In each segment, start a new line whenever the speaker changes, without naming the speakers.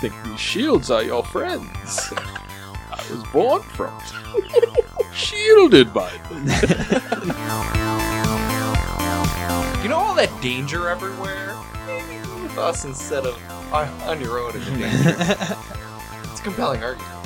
think these shields are your friends. I was born from them. Shielded by them.
You know all that danger everywhere? Maybe be with us instead of on, on your own in the danger. It's a compelling argument.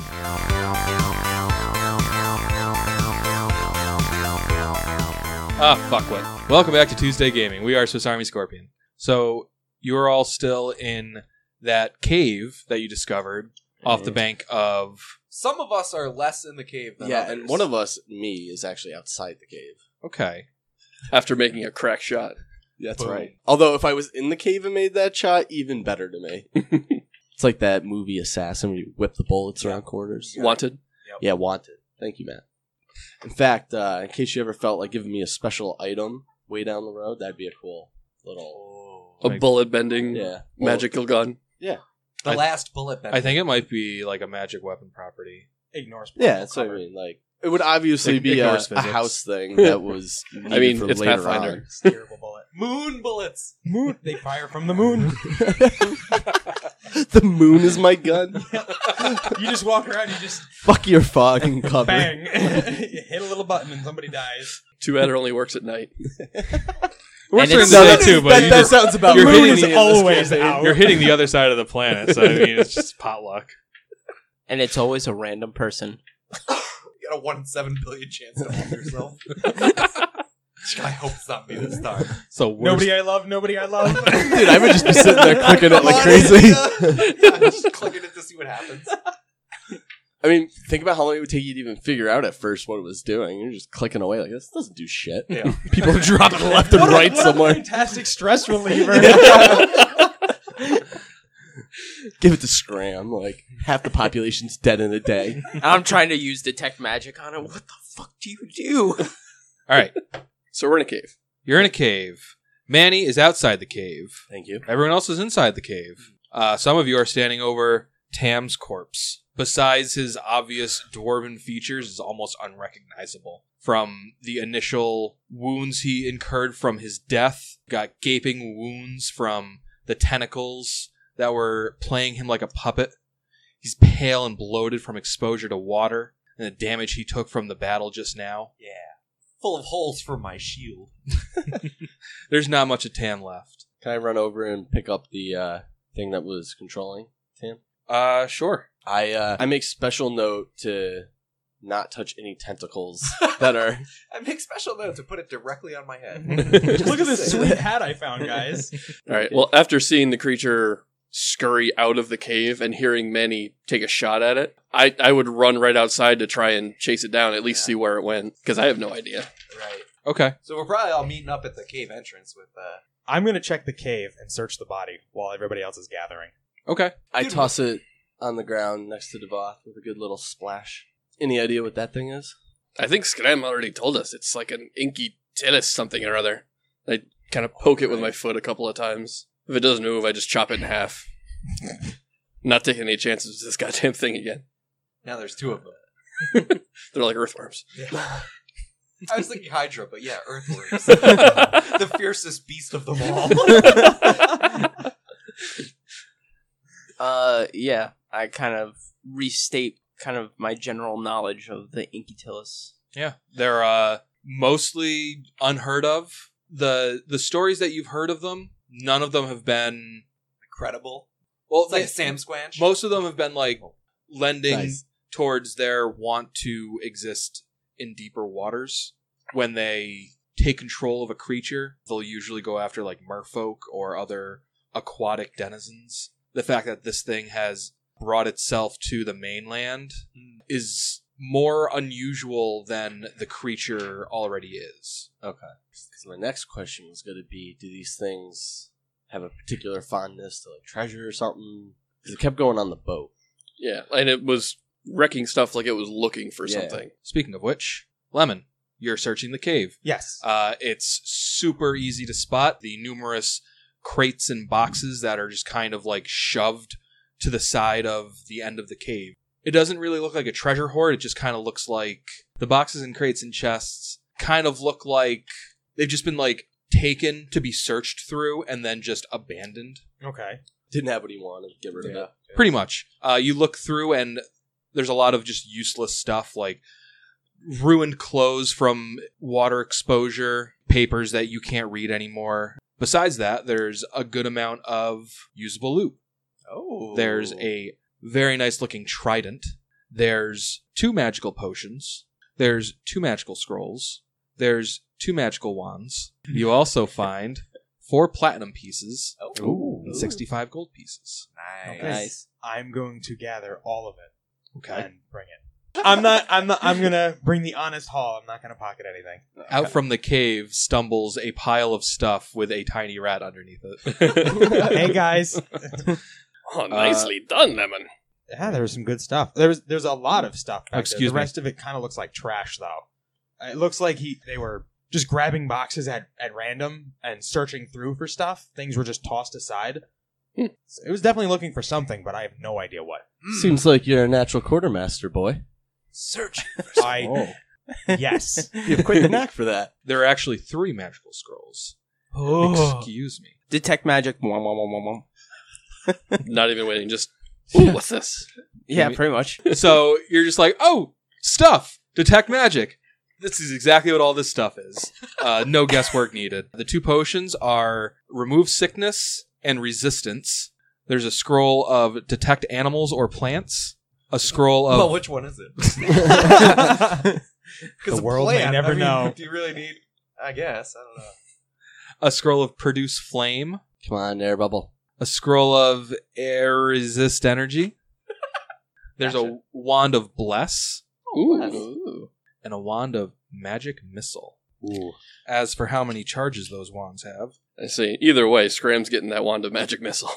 Ah, fuckwit. Welcome back to Tuesday Gaming. We are Swiss Army Scorpion. So, you're all still in that cave that you discovered off
Mm-hmm.
the bank of.
Some of us are less in the cave than
Yeah,
others.
and one of us, me, is actually outside the cave.
Okay.
after making a crack shot.
That's
Boom.
right. Although if I was in the cave and made that shot, even better to me. it's like that movie Assassin where you whip the bullets around corners.
Wanted.
Yeah, wanted. Thank you, Matt. In fact, uh, in case you ever felt like giving me a special item way down the road, that'd be a cool little
A
Like-
bullet
Mm.
bending
yeah
magical gun.
the
Oh. I-
last bullet bend.
I think it might be like a magic weapon property.
ignores.
Well, yeah, that's what I mean. Like it would obviously
It
be a,
ignores
a
physics.
house thing that was.
I mean,
needed for
it's
later
Pathfinder.
on.
Steerable bullet. Moon bullets. Moon. They fire from the moon.
the moon is my gun.
you just walk around. You just
Fuck your fucking cover.
bang. you hit a little button and somebody dies.
Too bad it only works at night.
It works
And
during
it's-
the
No,
day
that
too, but
that,
you
that
just,
sounds about
you're
right.
hitting the-
always out.
you're hitting the other side of the planet. So I mean, it's just potluck.
and it's always a random person.
You got a one in seven billion chance to hold yourself. I hope it's not me this time.
So worst,
Nobody I love, nobody I love.
Dude, I would just be sitting there clicking it like
Come on,
crazy.
Insta. I'm just clicking it to see what happens.
I mean, think about how long it would take you to even figure out at first what it was doing. You're just clicking away like this doesn't do shit.
Yeah.
People are dropping left and
What a-
right
what a
somewhere.
fantastic stress reliever.
Give it to Scram. Like half the population's dead in a day.
I'm trying to use detect magic on it. What the fuck do you do?
All right,
So we're in a cave.
you're in a cave. Manny is outside the cave.
Thank you.
Everyone else is inside the cave. Uh, some of you are standing over Tam's corpse. Besides his obvious dwarven features, is almost unrecognizable from the initial wounds he incurred from his death. Got gaping wounds from the tentacles that were playing him like a puppet. He's pale and bloated from exposure to water and the damage he took from the battle just now.
yeah. Full of holes for my shield.
There's not much of Tam left.
Can I run over and pick up the uh, thing that was controlling Tim?
Uh, sure.
I uh, I make special note to not touch any tentacles that are
I make special note to put it directly on my head.
Look at this sweet hat I found, guys.
All right. Well, after seeing the creature scurry out of the cave and hearing Manny take a shot at it, I, I would run right outside to try and chase it down, at least
Yeah.
see where it went, because I have no idea.
Right.
Okay.
So we're probably all meeting up at the cave entrance with. Uh,
I'm gonna check the cave and search the body while everybody else is gathering.
Okay.
I
Dude,
toss it on the ground next to Devoth with a good little splash. Any idea what that thing is?
I think Scram already told us it's like an inky tillis something or other. I kind of poke it with my foot a couple of times. If it doesn't move, I just chop it in half. Not taking any chances with this goddamn thing again.
now there's two of them.
They're like earthworms.
I was thinking Hydra, but yeah, earthworms. the fiercest beast of them all.
Uh, yeah, I kind of restate kind of my general knowledge of the Inkytilus.
Yeah, they're uh, mostly unheard of. the The stories that you've heard of them, none of them have been.
Incredible.
Well,
It's like
they-
Sam Squanch.
most of them have been like lending
Nice.
towards their want to exist in deeper waters. When they take control of a creature, they'll usually go after like merfolk or other aquatic denizens. The fact that this thing has brought itself to the mainland is more unusual than the creature already is.
Because my next question was going to be: Do these things have a particular fondness to like treasure or something? Because it kept going on the boat.
Yeah, and it was wrecking stuff like it was looking for
Yeah.
something.
Speaking of which, Lemon, you're searching the cave.
Yes.
Uh, it's super easy to spot the numerous crates and boxes that are just kind of like shoved to the side of the end of the cave. It doesn't really look like a treasure hoard. It just kind of looks like the boxes and crates and chests kind of look like they've just been like taken to be searched through and then just abandoned.
Okay.
didn't have what he wanted. Get rid of it.
pretty much. Uh, you look through, and there's a lot of just useless stuff like ruined clothes from water exposure, papers that you can't read anymore. Besides that, there's a good amount of usable loot.
Oh,
There's a very nice looking trident. There's two magical potions. There's two magical scrolls. There's two magical wands. You also find four platinum pieces
Oh.
and 65 gold pieces.
nice.
Nice.
I'm going to gather all of it
Okay.
and bring it. I'm not. I'm not. I'm gonna bring the honest haul. I'm not gonna pocket anything.
Out from the cave stumbles a pile of stuff with a tiny rat underneath it.
hey guys.
Oh, nicely done, Lemon.
Yeah, there was some good stuff. There was. There's a lot of stuff. back there.
Excuse
The
me.
rest of it kind of looks like trash, though. Uh, It looks like he. They were just grabbing boxes at at random and searching through for stuff. Things were just tossed aside.
Hmm.
It was definitely looking for something, but I have no idea what.
Seems like you're a natural quartermaster, boy.
I
oh,
yes.
you have quite the knack for that.
there are actually three magical scrolls. Oh. Excuse me.
Detect magic. Wah, wah, wah, wah, wah.
Not even waiting. Just Ooh, what's this?
Yeah,
me-
pretty much.
so you're just like, oh, stuff, detect magic. This is exactly what all this stuff is. Uh, no guesswork needed. The two potions are remove sickness and resistance. There's a scroll of detect animals or plants. A scroll of
Well, which one is it?
The
a
world may never
I mean,
know.
Do you really need? I guess I don't know.
a scroll of produce flame.
Come on, air bubble.
A scroll of air resist energy. There's a wand of bless
Ooh.
and a wand of magic missile. As for how many charges those wands have,
I see. Either way, Scram's getting that wand of magic missile.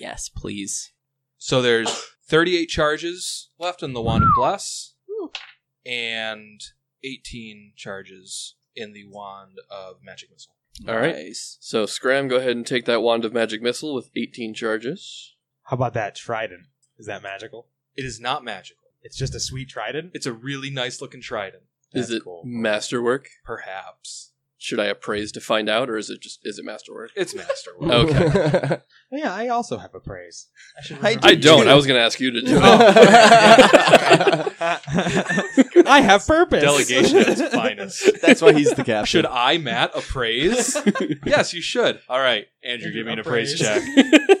Yes, please.
So there's 38 charges left in the Wand of Bless, and 18 charges in the Wand of Magic Missile.
All right.
Nice.
So Scram, go ahead and take that wand of magic missile with 18 charges.
How about that trident? Is that magical?
It is not magical.
It's just a sweet trident.
It's a really nice looking trident,
Is
That's
it
cool.
masterwork?
perhaps.
Should I appraise to find out, or is it just is it masterwork?
It's masterwork.
Okay.
Oh, Yeah, I also have a praise. I should.
I
remember
I
do
to Oh,
don't. I was going to ask you to do it.
do- I have purpose.
Delegation at its finest.
That's why he's the captain.
Should I, Matt, appraise? yes, you should. All right, Andrew, give me an appraise check.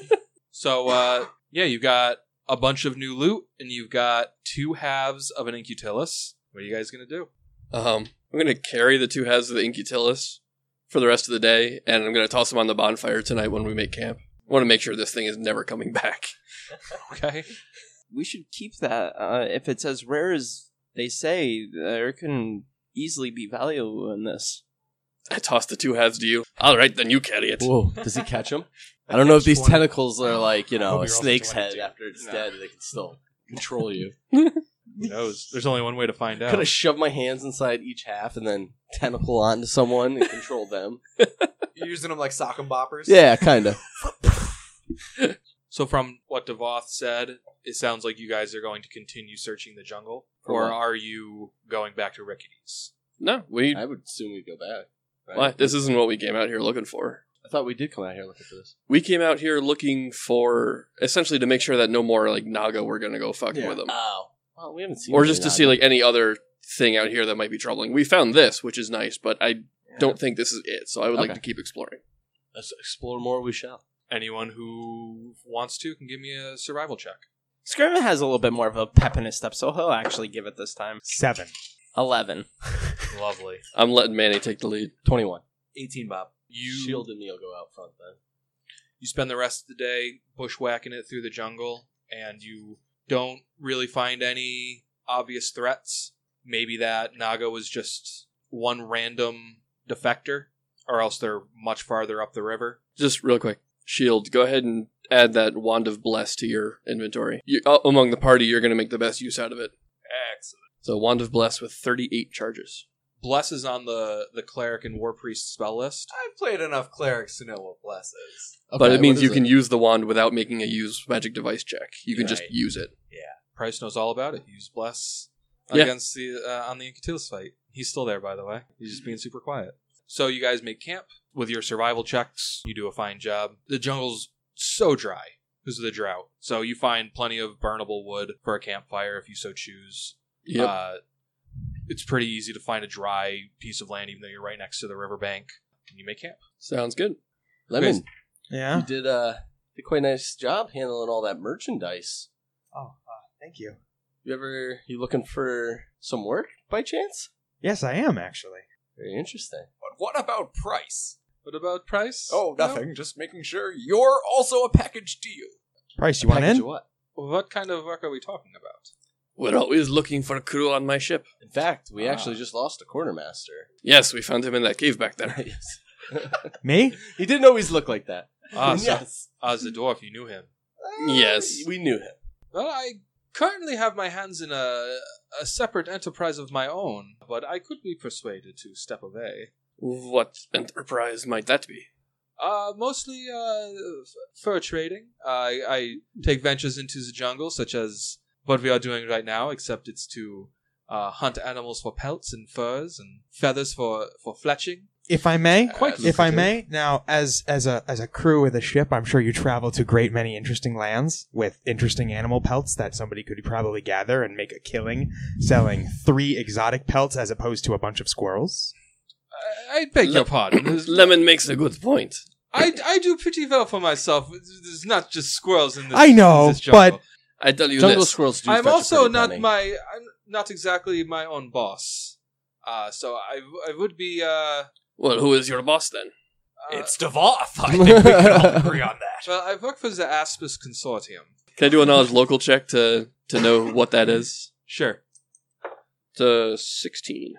So uh yeah, you've got a bunch of new loot and you've got two halves of an Incutilus. What are you guys gonna do?
um, I'm going to carry the two halves of the Incutilus for the rest of the day, and I'm going to toss them on the bonfire tonight when we make camp. I want to make sure this thing is never coming back.
Okay.
We should keep that. Uh, if it's as rare as they say, there can easily be value in this.
I toss the two halves to you. All right, then you carry it.
Whoa, does he catch him? I don't know if these
20.
tentacles are like, you
I
know,
hope
a
you're also
snake's
22.
head after it's dead. They can still control you.
Who knows? There's only one way to find out.
Could have shoved my hands inside each half and then tentacle onto someone and control them.
You're using them like sock and boppers.
yeah, kind of.
So from what Devoth said, it sounds like you guys are going to continue searching the jungle.
For
or
what?
are you going back to Rickety's?
No, we.
I would assume we'd go back. right?
What? This isn't what we came out here looking for.
I thought we did come out here looking for this.
we came out here looking for essentially to make sure that no more like Naga were gonna go fucking
Yeah.
with them,
Oh. Well, we haven't seen
or just
any
to
Naga.
see like any other thing out here that might be troubling. We found this, which is nice, but I don't think this is it. So I would like
Okay.
to keep exploring.
Let's explore more, we shall.
Anyone who wants to can give me a survival check.
Skirma has a little bit more of a pep in his step, so he'll actually give it this time.
Seven.
11.
Lovely.
I'm letting Manny take the lead.
21.
18 Bob.
You
Shield and Neil go out front then.
you spend the rest of the day bushwhacking it through the jungle and you don't really find any obvious threats maybe that naga was just one random defector or else they're much farther up the river
Just real quick, Shield, go ahead and add that wand of bless to your inventory. You, uh, among the party, you're gonna make the best use out of it.
excellent
So wand of bless with 38 charges.
bless is on the the cleric and war priest spell list
I've played enough clerics to know what bless is.
but
Okay,
it means
what
you
is
can use the wand without making a use magic device check. You can just
Right.
use it.
Uh,
price knows all about it he used bless
Yeah.
against the uh, on the incutilus fight he's still there by the way he's just being super quiet so you guys make camp with your survival checks you do a fine job the jungle's so dry because of the drought. So you find plenty of burnable wood for a campfire if you so choose.
Yep.
Uh, it's pretty easy to find a dry piece of land, even though you're right next to the riverbank, and you make camp.
Sounds good.
Lemon, you
Yeah.
did uh did quite a nice job handling all that merchandise.
Oh, uh, thank you.
You ever you looking for some work by chance?
Yes, I am actually.
Very interesting.
But what about price?
What about price?
Oh, nothing. Just making sure you're also a package deal.
Price, you want
Package
in?
of what?
What kind of work are we talking about?
We're always looking for a crew on my ship.
In fact, we
Ah.
actually just lost a quartermaster.
Yes, we found him in that cave back there.
yes.
Me?
He didn't always look like that.
Ah, so,
yes.
ah, the dwarf, you knew him.
Yes.
We knew him.
Well, I currently have my hands in a, a separate enterprise of my own, but I could be persuaded to step away.
What enterprise might that be?
Uh, mostly uh, f- fur trading. I I take ventures into the jungle, such as what we are doing right now, except it's to uh, hunt animals for pelts and furs and feathers for, for fletching.
If I may?
Quite
If I may, now as as a as a crew with a ship, I'm sure you travel to great many interesting lands with interesting animal pelts that somebody could probably gather and make a killing selling three exotic pelts as opposed to a bunch of squirrels.
I, I beg your
Le-
pardon.
Lemon makes a good point.
I, I do pretty well for myself. There's not just squirrels in this.
I know,
in this
but
jungle.
I tell you
Jungle
this.
squirrels do
I'm
fetch a
also
pretty
not
penny.
my I'm not exactly my own boss. Uh, so I, I would be uh, uh
well, who is your boss then?
it's Devoth. I think we can all agree on that.
well I work for the Aspis Consortium.
Can I do a knowledge local check to to know what that is?
Sure.
To sixteen.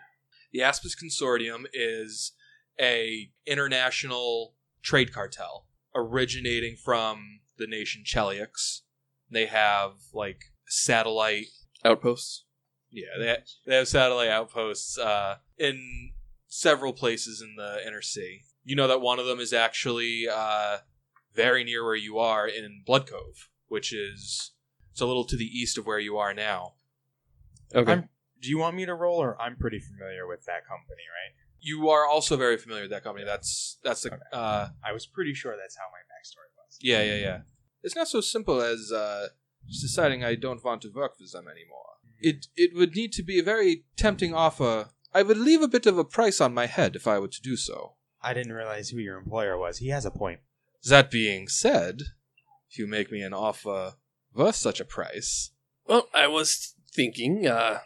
The Aspis Consortium is a international trade cartel originating from the nation Chelyx. They have like satellite
Outposts.
Yeah, they ha- they have satellite outposts uh, in several places in the inner sea. You know that one of them is actually uh, very near where you are in Blood Cove, which is it's a little to the east of where you are now.
Okay.
I'm- do you want me to roll or I'm pretty familiar with that company, right?
You are also very familiar with that company. That's that's the
Okay.
uh,
I was pretty sure that's how my backstory was.
yeah yeah yeah. It's not so simple as uh, just deciding I don't want to work for them anymore. It it would need to be a very tempting offer. I would leave a bit of a price on my head if I were to do so.
I didn't realize who your employer was. He has a point.
That being said, if you make me an offer worth such a price,
Well, I was thinking uh,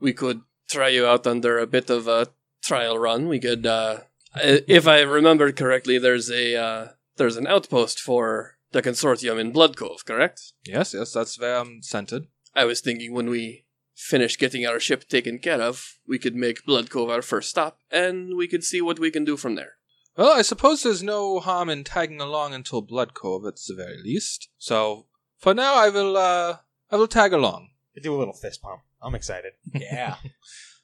we could try you out under a bit of a trial run. We could, uh, I- if I remember correctly, there's a uh, there's an outpost for the consortium in Blood Cove, correct?
yes, yes, that's where I'm centered.
I was thinking when we finish getting our ship taken care of, we could make Blood Cove our first stop, and we could see what we can do from there.
Well, I suppose there's no harm in tagging along until Blood Cove at the very least. So for now, I will, uh, I will tag along.
I do a little fist pump. I'm excited.
Yeah.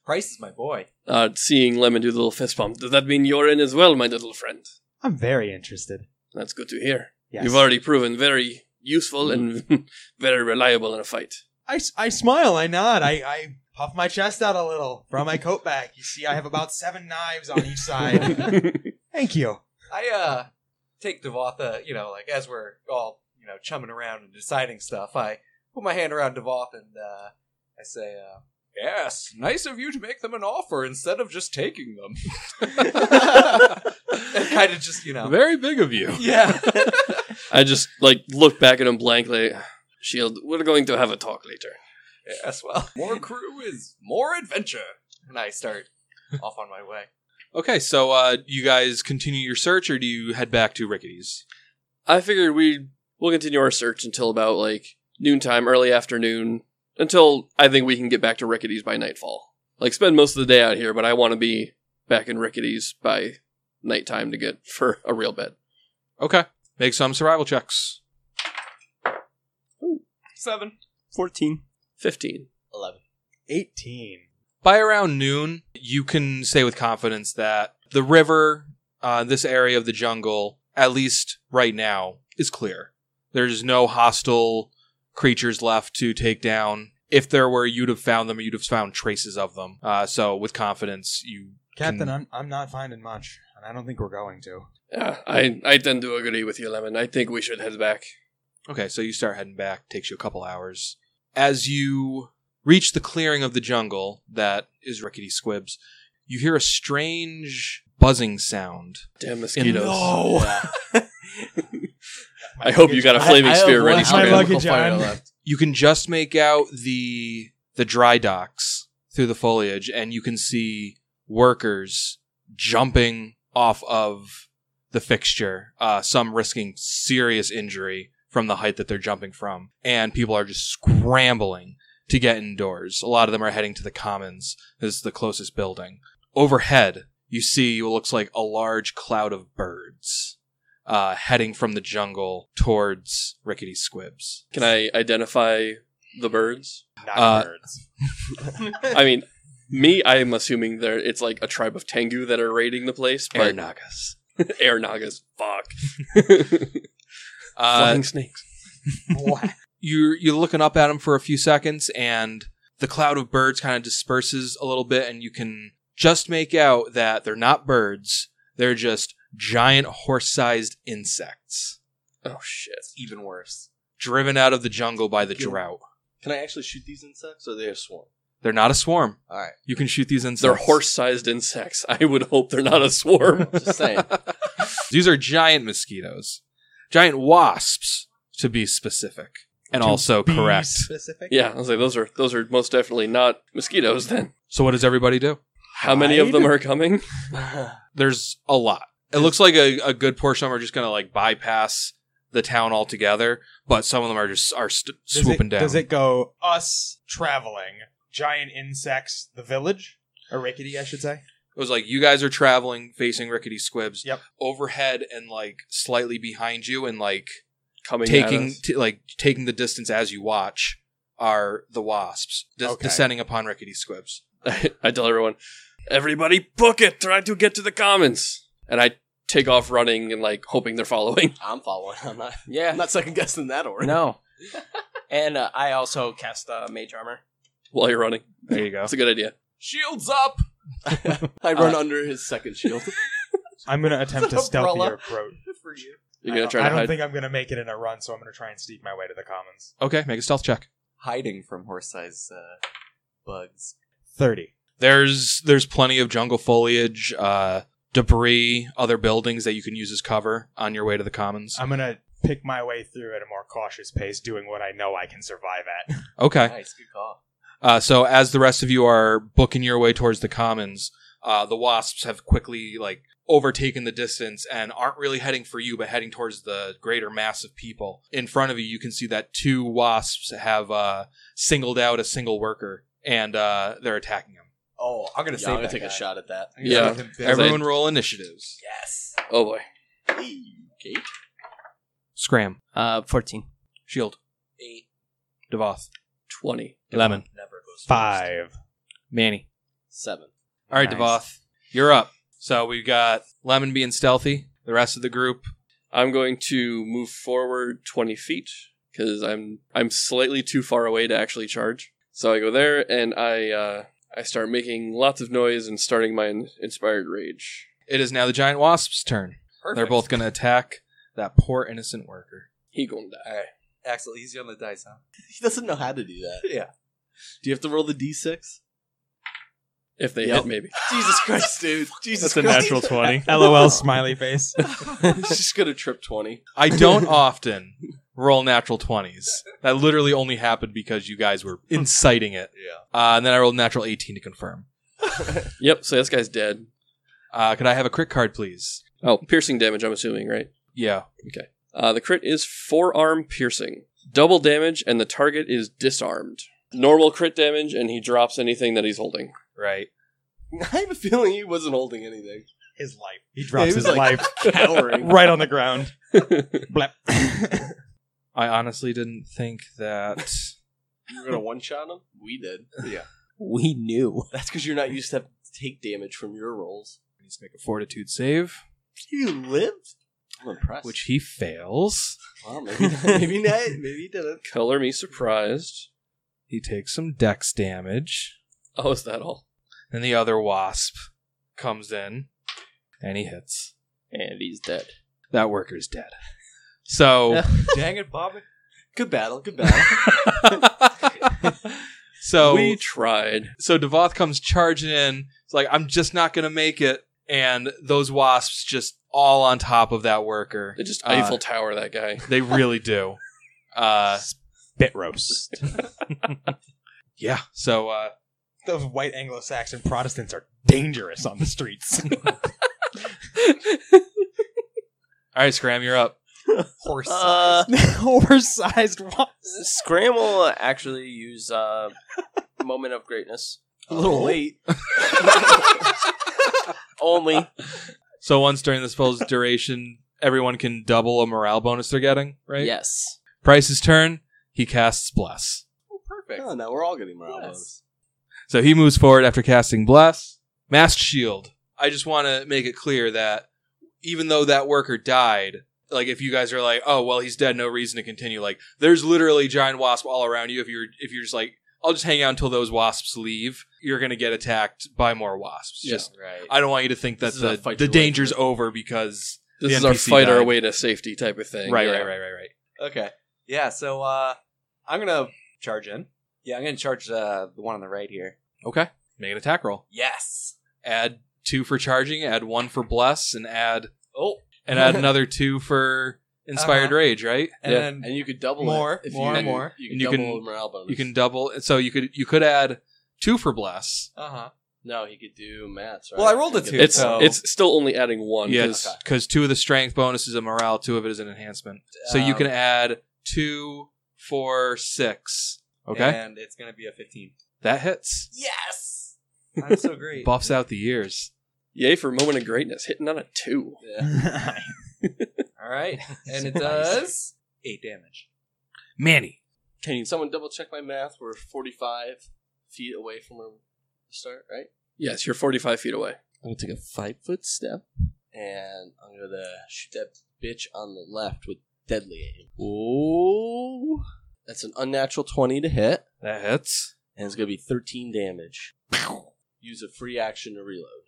Price is my boy.
Uh, seeing Lemon do the little fist pump, does that mean you're in as well, my little friend?
I'm very interested.
That's good to hear.
Yes.
You've already proven very useful and very reliable in a fight.
I, s- I smile. I nod. I, I puff my chest out a little. Throw my coat back. You see, I have about seven knives on each side. Thank you.
I uh take Devotha, you know, like as we're all, you know, chumming around and deciding stuff, I put my hand around Devoth and uh I say, uh Yes, nice of you to make them an offer instead of just taking them. and kind of just, you know.
Very big of you.
Yeah.
I just like look back at him blankly. Shield, we're going to have a talk later.
yes, well. More crew is more adventure. And I start off on my way.
Okay, so uh, you guys continue your search, or do you head back to Rickety's?
I figured we will continue our search until about like noontime, early afternoon, until I think we can get back to Rickety's by nightfall. Like spend most of the day out here, but I want to be back in Rickety's by nighttime to get for a real bed.
Okay, make some survival checks.
Seven.
14.
Fifteen.
Eleven.
18.
By around noon, you can say with confidence that the river, uh, this area of the jungle, at least right now, is clear. There's no hostile creatures left to take down. If there were, you'd have found them. You'd have found traces of them. Uh, so, with confidence, you
Captain,
Mm.
Can-
I'm, I'm not finding much. and I don't think we're going to.
Yeah, I, I tend to agree with you, Lemon. I think we should head back.
Okay, so you start heading back. Takes you a couple hours. As you reach the clearing of the jungle that is Rickety Squibs, you hear a strange buzzing sound.
Damn mosquitoes. I
My
hope you got a
luggage-
flaming
I- I have
spear
one
ready,
My
Squib.
luggage
alchemical fire
on.
left.
You can just make out the the dry docks through the foliage, and you can see workers jumping off of the fixture. Uh, some risking serious injury from the height that they're jumping from, and people are just scrambling to get indoors. A lot of them are heading to the commons. This is the closest building. Overhead, you see what looks like a large cloud of birds uh, heading from the jungle towards Rickety Squibs.
Can I identify the birds?
Not
Uh,
birds.
I mean, me, I am assuming there it's like a tribe of Tengu that are raiding the place, but
Nagas.
air nagas. Fuck.
Uh,
snakes.
you're you're looking up at them for a few seconds, and the cloud of birds kind of disperses a little bit, and you can just make out that they're not birds; they're just giant horse-sized insects
Oh shit.
Even worse.
driven out of the jungle by the drought.
Can I actually shoot these insects, or are they a swarm?
They're not a swarm.
All right.
You can shoot these insects.
They're horse-sized insects. I would hope they're not a swarm.
Just saying.
These are giant mosquitoes, giant wasps to be specific, and
To
also
be
correct.
Specific?
yeah, I was like, those are those are most definitely not mosquitoes. Then
So, what does everybody do?
how many of them are coming?
there's a lot. It looks like a, a good portion of them are just going to like bypass the town altogether, but some of them are just are st-
Does
swooping
it,
down.
Does it go us traveling, giant insects, the village? Or rickety, I should say.
It was like you guys are traveling facing rickety squibs
Yep.
overhead and like slightly behind you and like
Coming at
taking
us.
t- like taking the distance as you watch are the wasps des-
Okay.
descending upon rickety squibs.
I, I tell everyone, everybody book it, try to get to the commons. And I take off running and like hoping they're following.
I'm following. I'm not. I'm
Yeah.
not second guessing that order.
No. and uh, I also cast uh, mage armor.
While you're running.
There you go.
That's a good idea.
Shields up!
I run under his second shield.
I'm gonna attempt
It's an
a stealthier
umbrella.
approach.
For you.
You're
I
gonna
don't,
try
I
to
don't
hide.
think I'm gonna make it in a run, so I'm gonna try and sneak my way to the commons.
Okay, make a stealth check.
Hiding from horse-sized uh, bugs.
Thirty.
There's there's plenty of jungle foliage, uh, debris, other buildings that you can use as cover on your way to the commons.
I'm gonna pick my way through at a more cautious pace, doing what I know I can survive at.
Okay.
Nice, good call.
Uh, so as the rest of you are booking your way towards the commons, uh, the wasps have quickly like overtaken the distance and aren't really heading for you, but heading towards the greater mass of people in front of you. You can see that two wasps have uh, singled out a single worker and uh, they're attacking him.
Oh, I'm gonna
Yeah,
save
I'm gonna
that
take
guy.
a shot at that.
I'm gonna
Yeah.
save him big.
Everyone, roll initiatives.
Yes.
Oh boy.
Okay.
Scram,
Uh, 14.
shield,
Eight.
Devoth,
Twenty.
Lemon,
Never goes
Five.
Manny.
Seven.
All right,
Nice.
Devoth, you're up. So we've got Lemon being stealthy. The rest of the group.
I'm going to move forward 20 feet because I'm I'm slightly too far away to actually charge. So I go there and I uh, I start making lots of noise and starting my in- inspired rage.
It is now the giant wasps' turn.
Perfect.
They're both going to attack that poor innocent worker.
He gonna die.
Axel, easy on the dice, huh?
He doesn't know how to do that.
Yeah.
Do you have to roll the d6?
If they
Yep.
hit, maybe.
Jesus Christ, dude. Jesus
twenty. LOL smiley face.
He's just gonna trip twenty.
I don't often roll natural 20s. That literally only happened because you guys were inciting it.
Yeah.
Uh, and then I rolled natural 18 to confirm.
Yep, so this guy's dead.
Uh, could I have a crit card, please?
Oh, piercing damage, I'm assuming, right?
Yeah.
Uh, the crit is forearm piercing, double damage, and the target is disarmed. Normal crit damage, and he drops anything that he's holding.
Right.
I have a feeling he wasn't holding anything.
His life. He
Yeah, he
drops
was
his
like-
life
Cowering.
right on the ground.
I
Blep.
I honestly didn't think that.
you were gonna one shot him? We did.
Yeah.
We knew.
That's because you're not used to have to take damage from your rolls.
He needs to make a fortitude save,
You lived? I'm impressed.
which he fails.
well, maybe maybe not maybe he didn't.
Color me surprised.
He takes some dex damage.
Oh, is that all?
And the other wasp comes in. and he hits.
and he's dead.
That worker's dead. So,
Dang it, Bobby. Good battle. Good battle.
so
we tried.
so Devoth comes charging in. It's like I'm just not gonna make it, and those wasps just all on top of that worker.
They just
Uh,
Eiffel Tower that guy.
They really do. Uh,
Bit roast.
yeah. So uh,
Those white Anglo-Saxon Protestants are dangerous on the streets.
all right, Scram, you're up.
Horse
Uh,
Oversized wasps.
Scram will actually use uh, moment of greatness. Oh.
a little late.
Only
So once during this spell's duration, everyone can double a morale bonus they're getting, right?
yes.
Price's turn. He casts Bless.
Perfect.
Oh, now we're all getting morale
Yes.
bonus.
So he moves forward after casting Bless. Masked Shield. I just want to make it clear that even though that worker died, like if you guys are like, oh well, he's dead, no reason to continue. Like there's literally giant wasp all around you. If you're if you're just like, I'll just hang out until those wasps leave. You're gonna get attacked by more wasps.
Yeah.
Just
Right.
I don't want you to think that
This is a
the
fight
the
your way
danger's
through.
over because
This
The
is our
NPC
fight our
died.
way to safety type of thing.
right,
yeah.
right, right, right, right.
Okay. Yeah, so uh I'm gonna charge in. Yeah, I'm gonna charge uh, the one on the right here.
Okay. Make an attack roll.
Yes.
Add two for charging, add one for bless, and add
Oh,
and add another two for inspired
Uh-huh.
rage, right?
and
Yeah.
then
And you could double
More,
it if
more,
you,
more.
You can
And you
double
can-
the morale bonus.
You can double so you could you could add two for bless.
uh huh.
No, he could do maths. Right?
Well, I rolled a
He
two,
could-
It's
so-
it's still only adding one.
Yeah,
'cause-
because two of the strength bonus is a morale, two of it is an enhancement. So you can add two, four, six. Okay,
And it's gonna be a fifteen.
that hits.
Yes. That's so great.
Buffs out the years.
Yay for a moment of greatness, hitting on a two.
All right. And it does eight damage.
Manny,
Can someone double check my math? We're 45 feet away from where we start, right?
Yes, you're 45 feet away.
I'm gonna take a five foot step, and I'm gonna shoot that bitch on the left with deadly aim. Ooh, that's an unnatural twenty to hit,
that hits.
and it's gonna be thirteen damage. Use a free action to reload.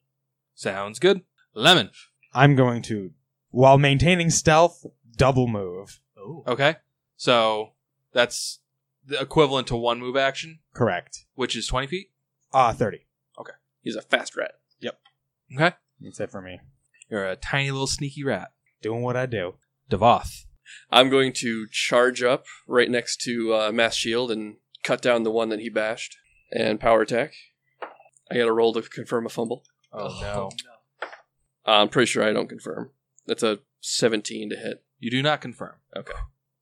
Sounds good. Lemon.
I'm going to, while maintaining stealth, double move.
Oh.
Okay, so that's the equivalent to one move action,
Correct.
which is twenty feet.
Ah, thirty.
He's a fast rat.
Okay.
That's it for me.
You're a tiny little sneaky rat.
Doing what I do.
Devoth.
I'm going to charge up right next to uh, Mass Shield and cut down the one that he bashed and power attack. I got to roll to confirm a fumble.
Oh, no.
Uh, I'm pretty sure I don't confirm. That's a 17 to hit.
You do not confirm.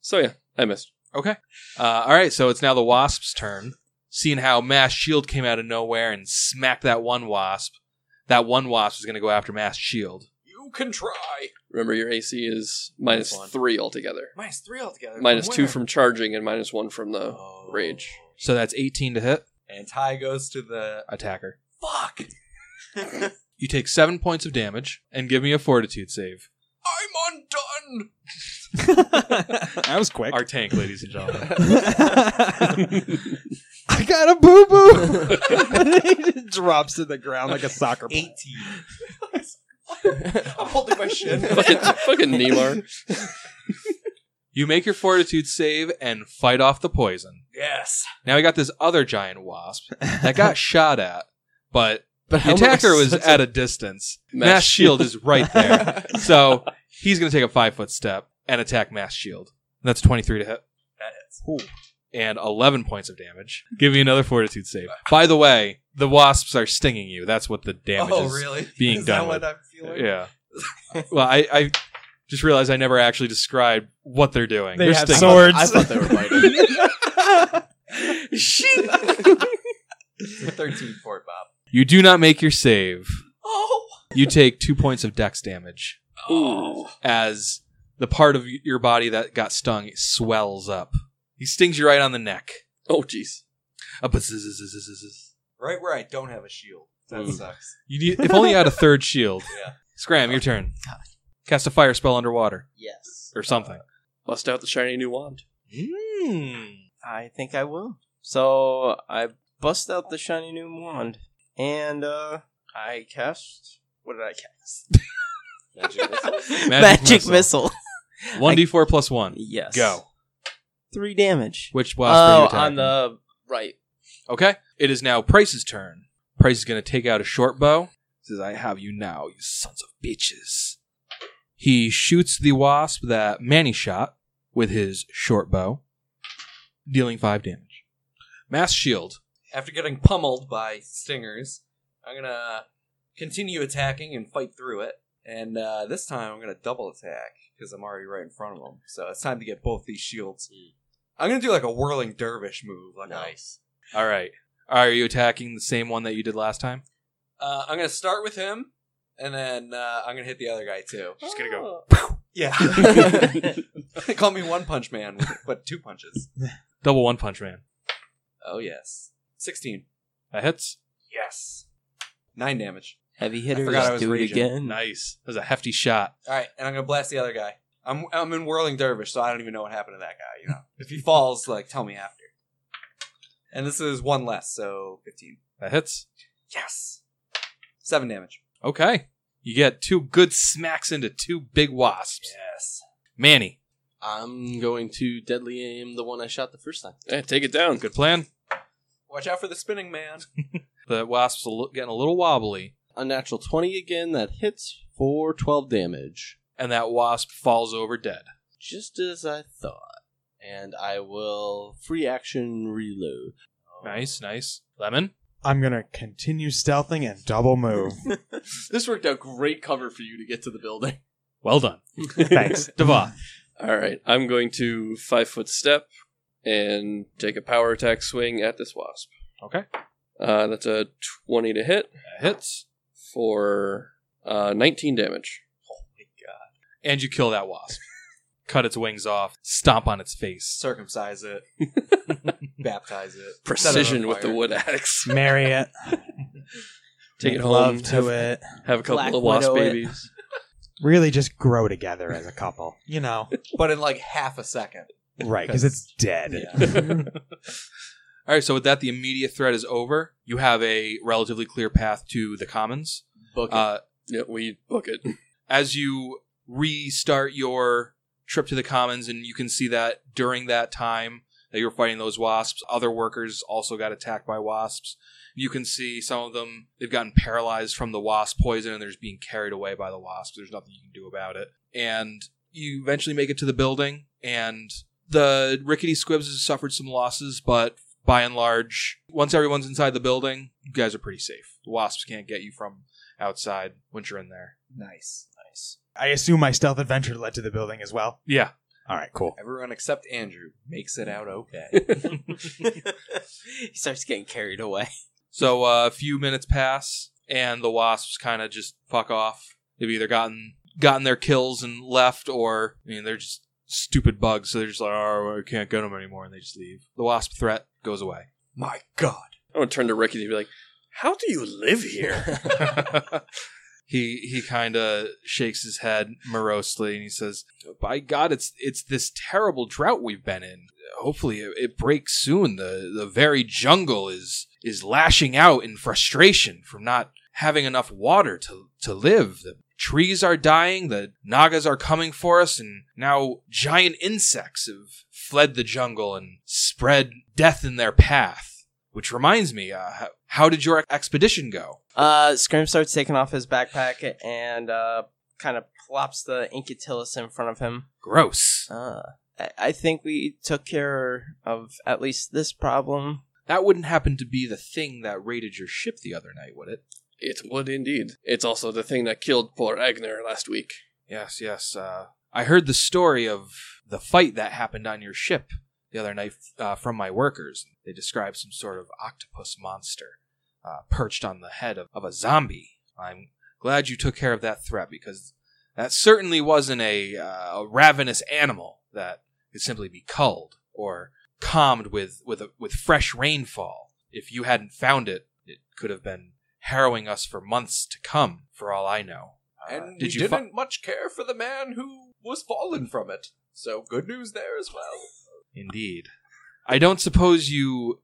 So yeah, I missed.
Okay. Uh, all right, so it's now the wasp's turn. Seeing how Mass Shield came out of nowhere and smacked that one wasp, that one wasp is going to go after Mass Shield.
You can try.
Remember, your AC is minus
Minus one.
three altogether.
Minus three altogether.
Minus two
where?
from charging and minus one from the
Oh.
rage.
So that's 18 to hit.
And tie goes to the
Attacker.
fuck. I'm
You take seven points of damage and give me a fortitude save.
undone.
That was quick.
Our tank, ladies and gentlemen.
I got a boo boo. he just drops to the ground like a soccer ball.
18. I'm holding my shin.
fucking, fucking Neymar.
you make your fortitude save and fight off the poison.
yes.
Now we got this other giant wasp that got shot at, but
But
the attacker was at a distance.
Mass
Mass Shield is right there. So he's going to take a five foot step and attack Mass Shield. That's 23 to hit
That hits.
and 11 points of damage. Give me another fortitude save. By the way, the wasps are stinging you. That's what the damage
oh,
is.
really?
being
is
done
that
with.
what I'm feeling?
Yeah. well, I, I just realized I never actually described what they're doing.
They
are
have
stinging.
swords.
I thought they were biting.
It's a 13 for it, Bob.
You do not make your save.
Oh.
You take two points of dex damage
Ooh.
as the part of your body that got stung swells up. He stings you right on the neck.
Oh, jeez.
A bzzz.
Right where I don't have a shield. That
Ooh.
sucks.
You need, if only you had a third shield.
Yeah.
Scram, your
Oh
turn. Cast a fire spell underwater
Yes.
or something.
Bust out the shiny new wand.
I think I will. So I bust out the shiny new wand and uh I cast What did I cast? Magic missile.
One d four plus one.
Yes.
Go.
Three damage.
Which
oh,
blast? are you
on
attacking?
the right.
Okay. It is now Price's turn. Price is going to take out a short bow. Says, I have you now, you sons of bitches. He shoots the wasp that Manny shot with his short bow, dealing five damage. Mass shield.
After getting pummeled by stingers, I'm gonna continue attacking and fight through it. And uh, this time I'm gonna double attack because I'm already right in front of them. So it's time to get both these shields. I'm gonna do like a whirling dervish move.
Oh,
Like Hmm. nice.
All right. Are you attacking the same one that you did last time?
Uh, I'm gonna start with him, and then uh, I'm gonna hit the other guy too.
Just gonna go.
Yeah. they call me One Punch Man, but two punches.
Double one punch, man.
Oh yes, sixteen.
That hits.
Yes, nine damage.
Heavy
I
hitters
forgot I was
do it
raging.
again.
Nice. That was a hefty shot.
All right, and I'm gonna blast the other guy. I'm I'm in whirling dervish, so I don't even know what happened to that guy. You know, if he falls, like tell me after. And this is one less, so fifteen.
That hits.
Yes, seven damage.
Okay. You get two good smacks into two big wasps.
Yes.
Manny,
I'm going to deadly aim the one I shot the first time.
Yeah, Eh, take it down.
good plan.
Watch out for the spinning man.
The wasp's a li- getting a little wobbly.
Unnatural 20 again, that hits for 12 damage.
and that wasp falls over dead.
Just as I thought. And I will free action reload.
Nice, nice. Lemon?
I'm gonna continue stealthing and double move.
This worked out great cover for you to get to the building.
Well done.
Thanks.
Devoth.
All right, I'm going to five foot step and take a power attack swing at this wasp.
Okay.
Uh, that's a 20 to hit
That hits.
for uh, 19 damage.
And you kill that wasp. Cut its wings off, stomp on its face.
Circumcise it, baptize it.
Precision with the
wood.
wood axe.
Marry it.
Take it
Make
home,
love to
have-
it.
Have a couple
Black
of wasp
Widow it.
babies.
Really, just grow together as a couple. You know,
but in like half a second.
right? Because it's dead.
All right, so with that, the immediate threat is over. You have a relatively clear path to the commons.
Book it.
Uh,
Yeah, we book it.
as you restart your trip to the commons, and you can see that during that time that you were fighting those wasps, other workers also got attacked by wasps. You can see some of them, they've gotten paralyzed from the wasp poison and they're just being carried away by the wasps. There's nothing you can do about it. And you eventually make it to the building, and the rickety squibs has suffered some losses, but by and large, once everyone's inside the building, you guys are pretty safe. The wasps can't get you from outside once you're in there.
Nice, nice.
I assume my stealth adventure led to the building as well.
Yeah,
All right, cool.
Everyone except Andrew makes it out okay.
he starts getting carried away.
So uh, a few minutes pass, and the wasps kind of just fuck off. They've either gotten gotten their kills and left, or I mean, they're just stupid bugs, so they're just like, "Oh, I can't get them anymore," and they just leave. The wasp threat goes away.
My God,
I would turn to Ricky and be like, How do you live here?
he he kind of shakes his head morosely, and he says, "By God, it's it's this terrible drought we've been in. Hopefully, it, it breaks soon. The the very jungle is is lashing out in frustration from not having enough water to to live. The trees are dying. The Nagas are coming for us, and now giant insects have fled the jungle and spread death in their path. Which reminds me, uh, how, how did your expedition go?
Uh, Scrim starts taking off his backpack and uh, kind of plops the Incatilus in front of him.
Gross.
Uh, I-, I think we took care of at least this problem.
That wouldn't happen to be the thing that raided your ship the other night, would it?
it would indeed. It's also the thing that killed poor Agner last week.
Yes, yes. Uh, I heard the story of the fight that happened on your ship the other night uh, from my workers. They described some sort of octopus monster uh, perched on the head of, of a zombie. I'm glad you took care of that threat because that certainly wasn't a, uh, a ravenous animal that could simply be culled or calmed with with a, with fresh rainfall. If you hadn't found it, it could have been harrowing us for months to come. For all I know. Uh,
and
did
we
you fi-
didn't much care for the man who was fallen from it. So good news there as well.
Indeed. I don't suppose you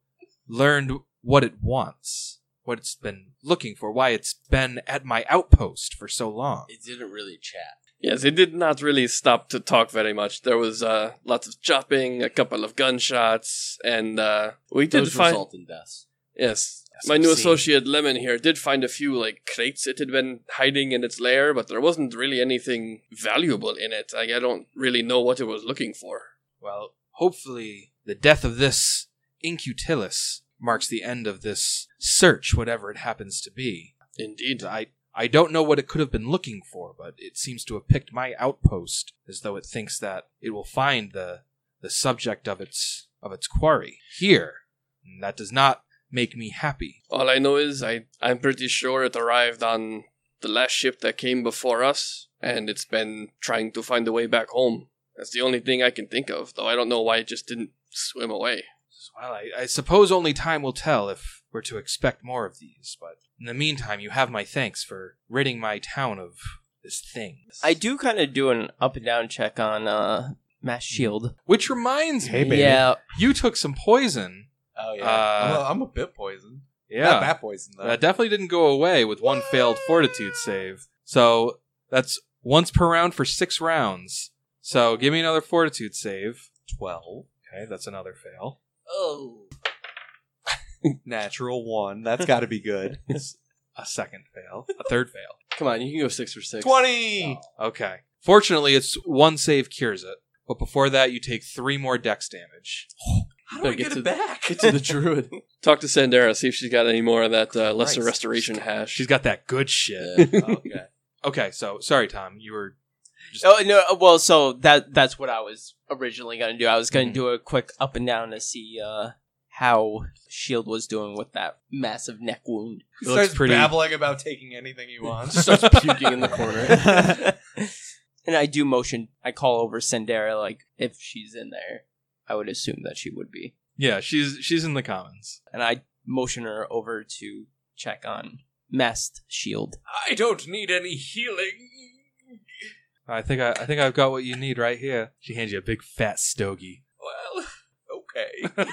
learned what it wants what it's been looking for, why it's been at my outpost for so long.
It didn't really chat.
Yes, it did not really stop to talk very much. There was uh, lots of chopping, a couple of gunshots, and uh, we did
Those
find.
result in deaths.
Yes.
Yes,
My
I've
new
seen.
associate Lemon here did find a few like crates it had been hiding in its lair, but there wasn't really anything valuable in it. I, I don't really know what it was looking for.
Well, hopefully, the death of this Incutilis marks the end of this search, whatever it happens to be.
Indeed.
I I don't know what it could have been looking for, but it seems to have picked my outpost as though it thinks that it will find the the subject of its of its quarry here. And that does not make me happy.
All I know is I I'm pretty sure it arrived on the last ship that came before us, and it's been trying to find a way back home. That's the only thing I can think of, though I don't know why it just didn't swim away.
Well, I, I suppose only time will tell if we're to expect more of these, but in the meantime you have my thanks for ridding my town of this thing.
I do kind of do an up and down check on uh, Mass Shield.
Which reminds
Hey,
me
baby.
Yeah,
you took some poison.
Oh yeah,
Uh,
I'm, a, I'm a bit poisoned. Not
Yeah.
that poisoned
Uh,
though.
That definitely didn't go away with one failed fortitude save. So that's once per round for six rounds. So give me another fortitude save. 12. Okay, that's another fail.
Oh,
Natural one. That's got to be good.
A second fail. A third fail.
come on, you can go six for six.
Twenty.
Oh, Okay. Fortunately, it's one save cures it. But before that, you take three more dex damage.
How do
Better
I
get
get,
to-
it back?
Get to the druid.
Talk to Sandera, see if she's got any more of that uh, lesser
Christ.
restoration hash.
She's got that good shit.
Yeah.
okay.
Okay, so sorry, Tom. You were.
Oh no! uh, Well, so that that's what I was originally gonna do. I was
Mm-hmm.
gonna do a quick up and down to see uh, how Shield was doing with that massive neck wound.
He
looks
starts
pretty-
babbling about taking anything he wants.
starts puking in the corner.
and I do motion. I call over Sandera, like if she's in there, I would assume that she would be.
Yeah, she's she's in the commons.
And I motion her over to check on Mast Shield.
I don't need any healing.
I think I, I think I've got what you need right here. She hands you a big fat stogie.
Well, okay.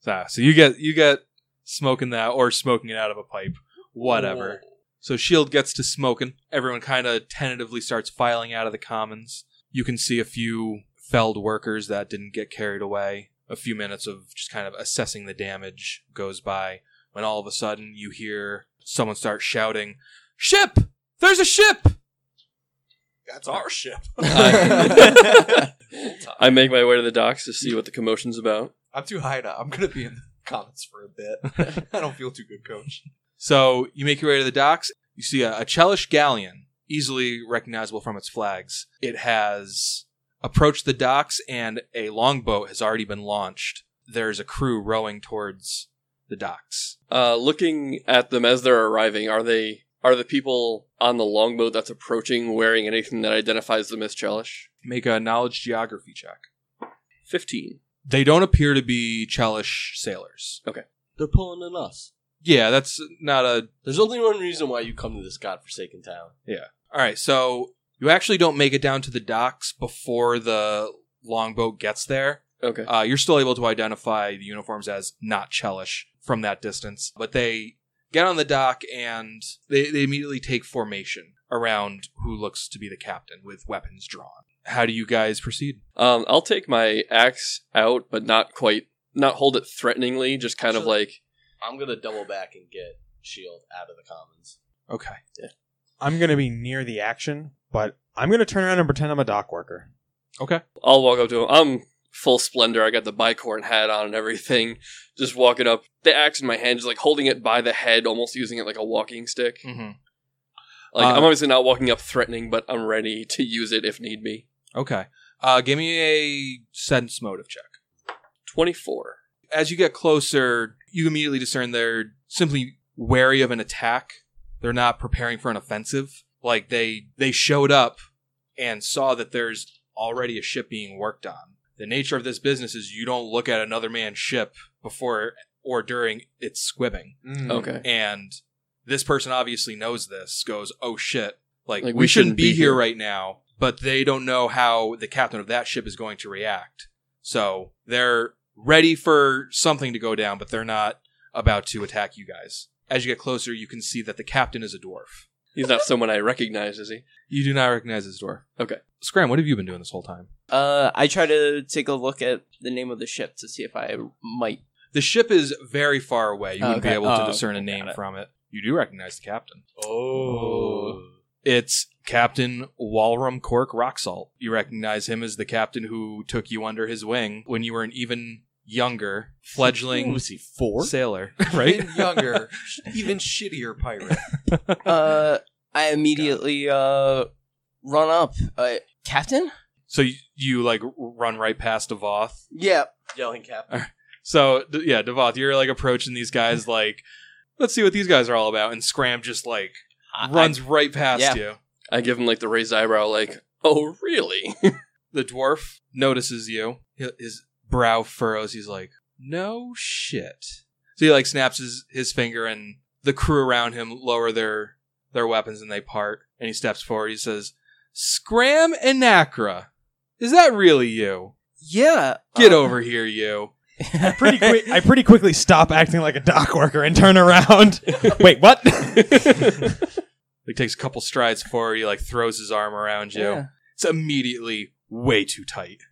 So, so you get you get smoking that or smoking it out of a pipe, whatever. So Shield E gets to smoking. Everyone kind of tentatively starts filing out of the commons. You can see a few felled workers that didn't get carried away. A few minutes of just kind of assessing the damage goes by when all of a sudden you hear someone start shouting, "Ship! There's a ship!"
That's our ship.
I, I make my way to the docks to see what the commotion's about.
I'm too high now. I'm gonna be in the comments for a bit. I don't feel too good, coach.
So you make your way to the docks. You see a, a Chelish galleon, easily recognizable from its flags. It has approached the docks, and a longboat has already been launched. There's a crew rowing towards the docks.
Uh, looking at them as they're arriving, are they are the people on the longboat that's approaching wearing anything that identifies them as Chelish?
Make a knowledge geography check.
Fifteen.
They don't appear to be Chelish sailors.
They're pulling on us.
Yeah, that's not a
There's only one reason why you come to this godforsaken town.
All right, so you actually don't make it down to the docks before the longboat gets there.
Okay.
Uh, you're still able to identify the uniforms as not Chelish from that distance, but they get on the dock and they, they immediately take formation around who looks to be the captain with weapons drawn. How do you guys proceed?
Um, I'll take my axe out, but not quite. Not hold it threateningly. Just kind of
Sure.
like
I'm gonna double back and get
E
shield out of the commons.
Okay.
I'm gonna be near the action, but I'm gonna turn around and pretend I'm a dock worker.
I'll walk up to him. I'm full splendor. I got the bicorn hat on and everything. Just walking up, the axe in my hand, just like holding it by the head, almost using it like a walking stick.
Mm-hmm.
Like
Uh,
I'm obviously not walking up threatening, but I'm ready to use it if need be.
Okay. Uh, give me a sense motive check.
Twenty four.
as you get closer, you immediately discern they're simply wary of an attack. They're not preparing for an offensive. Like they they showed up and saw that there's already a ship being worked on. The nature of this business is you don't look at another man's ship before or during its squibbing.
Mm.
Okay.
And this person obviously knows this, goes, "Oh shit. Like,
Like,
we, shouldn't be, here right now." But they don't know how the captain of that ship is going to react. So, they're ready for something to go down, but they're not about to attack you guys. As you get closer, you can see that the captain is a dwarf.
He's not someone I recognize, is he?
You do not recognize this dwarf.
Okay.
Scram, what have you been doing this whole time?
Uh, I try to take a look at the name of the ship to see if I might.
The ship is very far away. You
Oh,
wouldn't be
okay.
able
Oh,
to discern a name
got it.
from it. You do recognize the captain.
Oh.
It's Captain Walrum Cork Rocksalt. You recognize him as the captain who took you under his wing when you were an even younger fledgling
Was he four?
sailor, right?
Even younger, sh- even shittier pirate.
Uh, I immediately uh run up. Uh, Captain?
So you, you like run right past Devoth.
Yeah.
Yelling cap.
So d- yeah, Devoth, you're like approaching these guys like, let's see what these guys are all about. And Scram just like runs right past
yeah.
you.
I give him like the raised eyebrow, like, "Oh, really?"
The dwarf notices you. Hi- His brow furrows. He's like, "No shit." So he like snaps his, his finger, and the crew around him lower their their weapons and they part. And he steps forward. He says, "Scram Anacra, is that really you?
Yeah. Uh,
Get
Oh.
over here, you."
over.
Pretty quick, I pretty quickly stop acting like a dock worker and turn around. Wait, what?
He takes a couple strides forward. He like throws his arm around you.
Yeah.
It's immediately way too tight,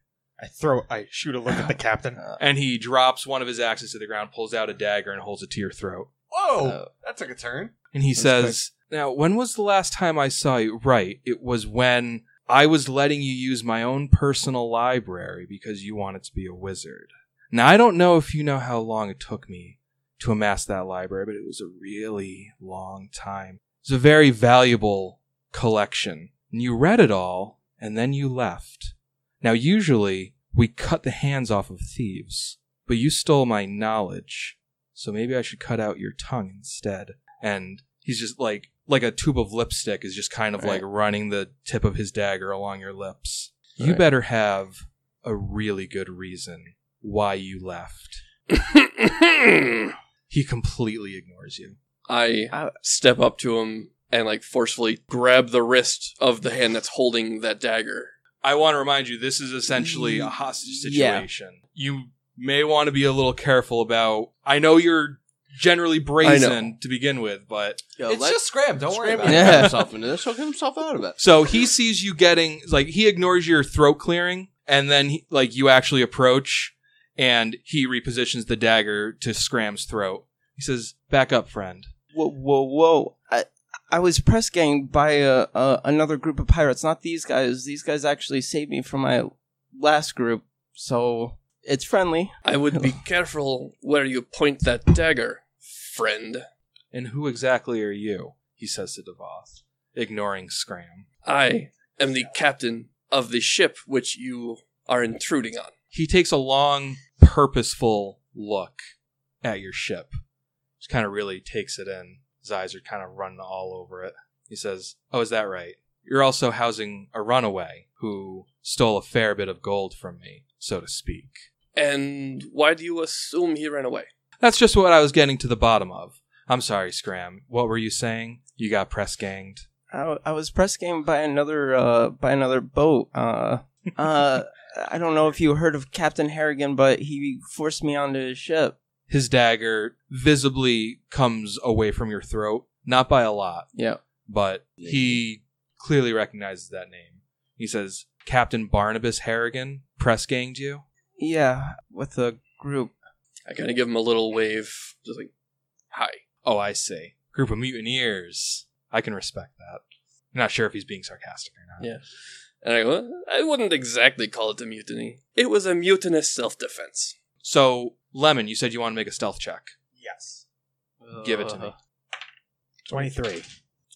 I throw. I shoot a look at the captain.
and he drops one of his axes to the ground, pulls out a dagger, and holds it to your throat.
Whoa,
Oh.
that took a turn.
And he
That's
says, Now, when was the last time I saw you? Right. It was when I was letting you use my own personal library because you wanted to be a wizard. Now, I don't know if you know how long it took me to amass that library, but it was a really long time. It's a very valuable collection. And you read it all, and then you left. Now, usually, we cut the hands off of thieves, but you stole my knowledge, so maybe I should cut out your tongue instead and he's just like like a tube of lipstick is just kind of like running the tip of his dagger along your lips. You
Right.
better have a really good reason why you left. He completely ignores you.
I
Ow.
step up to him and like forcefully grab the wrist of the hand that's holding that dagger.
I want to remind you this is essentially a hostage
Yeah.
situation. You may want to be a little careful about I know you're generally brazen to begin with, but
Yo,
it's
let
just Scram. Don't worry
Scram
about
it.
it.
Yeah.
got himself into this. He'll get himself out of it.
So he sees you getting like he ignores your throat clearing, and then he, like you actually approach, and he repositions the dagger to Scram's throat. He says, "Back up, friend."
Whoa, whoa, whoa! I, I was press ganged by a, a, another group of pirates. Not these guys. These guys actually saved me from my last group, so it's friendly.
I would be careful where you point that dagger, friend.
And who exactly are you? He says to Devoth, ignoring Scram.
I am the captain of the ship which you are intruding on.
He takes a long, purposeful look at your ship. Just kind of really takes it in. His eyes are kind of running all over it. He says, "Oh, is that right? You're also housing a runaway who stole a fair bit of gold from me, so to speak."
And why do you assume he ran away?
That's just what I was getting to the bottom of. I'm sorry, Scram. What were you saying? You got press ganged.
I, I was press ganged by another uh, by another boat. Uh, uh, I don't know if you heard of Captain Harrigan, but he forced me onto his ship.
His dagger visibly comes away from your throat, not by a lot,
Yeah.
but he clearly recognizes that name. He says, "Captain Barnabas Harrigan press ganged you."
Yeah, with a group.
I kind of give him a little wave, just like, hi.
Oh, I see. Group of mutineers. I can respect that. I'm not sure if he's being sarcastic or not.
Yeah. And I go, "Well, I wouldn't exactly call it a mutiny. It was a mutinous self defense.
So, Lemon, you said you want to make a stealth check.
Yes.
Give it to me.
Twenty-three.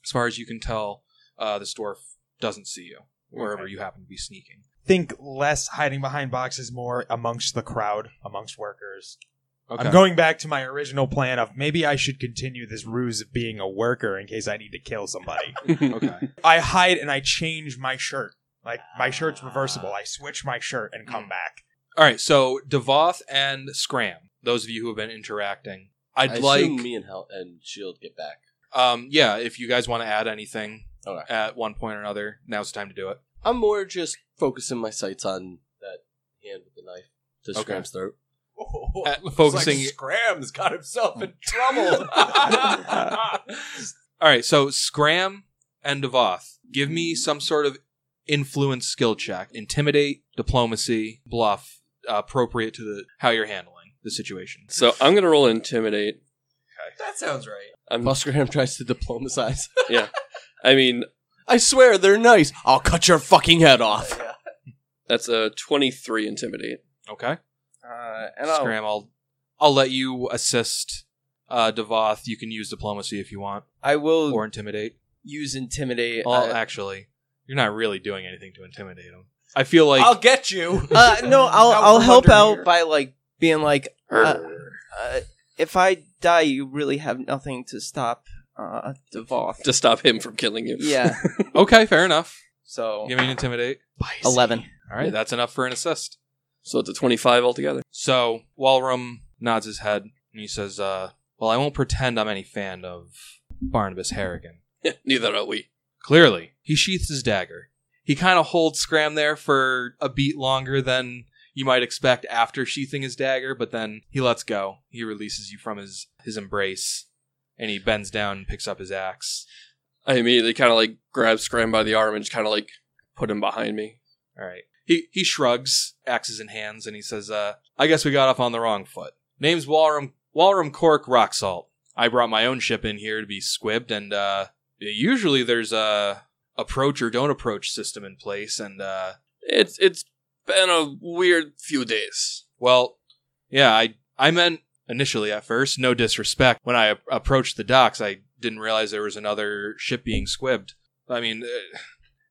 as far as you can tell, uh, this dwarf doesn't see you wherever you happen to be sneaking.
Think less hiding behind boxes, more amongst the crowd, amongst workers.
Okay.
I'm going back to my original plan of maybe I should continue this ruse of being a worker in case I need to kill somebody.
okay.
I hide and I change my shirt. Like my shirt's reversible. I switch my shirt and
Hmm.
come back.
All right. So Devoth and Scram, those of you who have been interacting, I'd
I
like,
assume me and Hel- and Shield E get back.
um, yeah, if you guys want to add anything
Okay.
at one point or another, now's the time to do it.
I'm more just focusing my sights on that hand with the knife to Scram's throat.
Oh,
At-
looks
focusing-
like Scram's got himself in trouble.
All right, so Scram and Devoth, give me some sort of influence skill check. Intimidate, diplomacy, bluff, appropriate to the how you're handling the situation.
So I'm gonna roll intimidate.
that sounds right.
I'm.
Muskerham tries to diplomacize.
I mean,
I swear they're nice. I'll cut your fucking head off.
Yeah.
that's a 23 intimidate.
Okay,
Uh,
Scram, I'll I'll let you assist uh, Devoth. You can use diplomacy if you want,
I will
or intimidate.
use intimidate.
Well,
uh,
actually, you're not really doing anything to intimidate him. I feel like
I'll get you.
uh, no, I'll
Now
I'll
we're
help
under
out
here.
by like being like, uh,
Arr.
uh, if I die, you really have nothing to stop uh, Devoth.
to stop him from killing you.
Yeah,
okay, fair enough.
so
Give me an intimidate.
eleven.
All right, that's enough for an assist.
So it's a 25 altogether.
So Walrum nods his head and he says, uh, "Well, I won't pretend I'm any fan of Barnabas Harrigan.
Neither are we.
Clearly, he sheaths his dagger. He kind of holds Scram there for a beat longer than you might expect after sheathing his dagger, but then he lets go. He releases you from his his embrace, and he bends down and picks up his axe.
I immediately kind of like grab Scram by the arm and just kind of like put him behind me.
All right. He he shrugs, axes in hands, and he says, uh, "I guess we got off on the wrong foot. Name's Walrum Walrum Cork Rock Salt. I brought my own ship in here to be squibbed, and uh, usually there's a approach or don't approach system in place. And uh,
It's it's been a weird few days.
well, yeah, I I meant initially at first, no disrespect. When I a- approached the docks, I didn't realize there was another ship being squibbed. I mean, uh,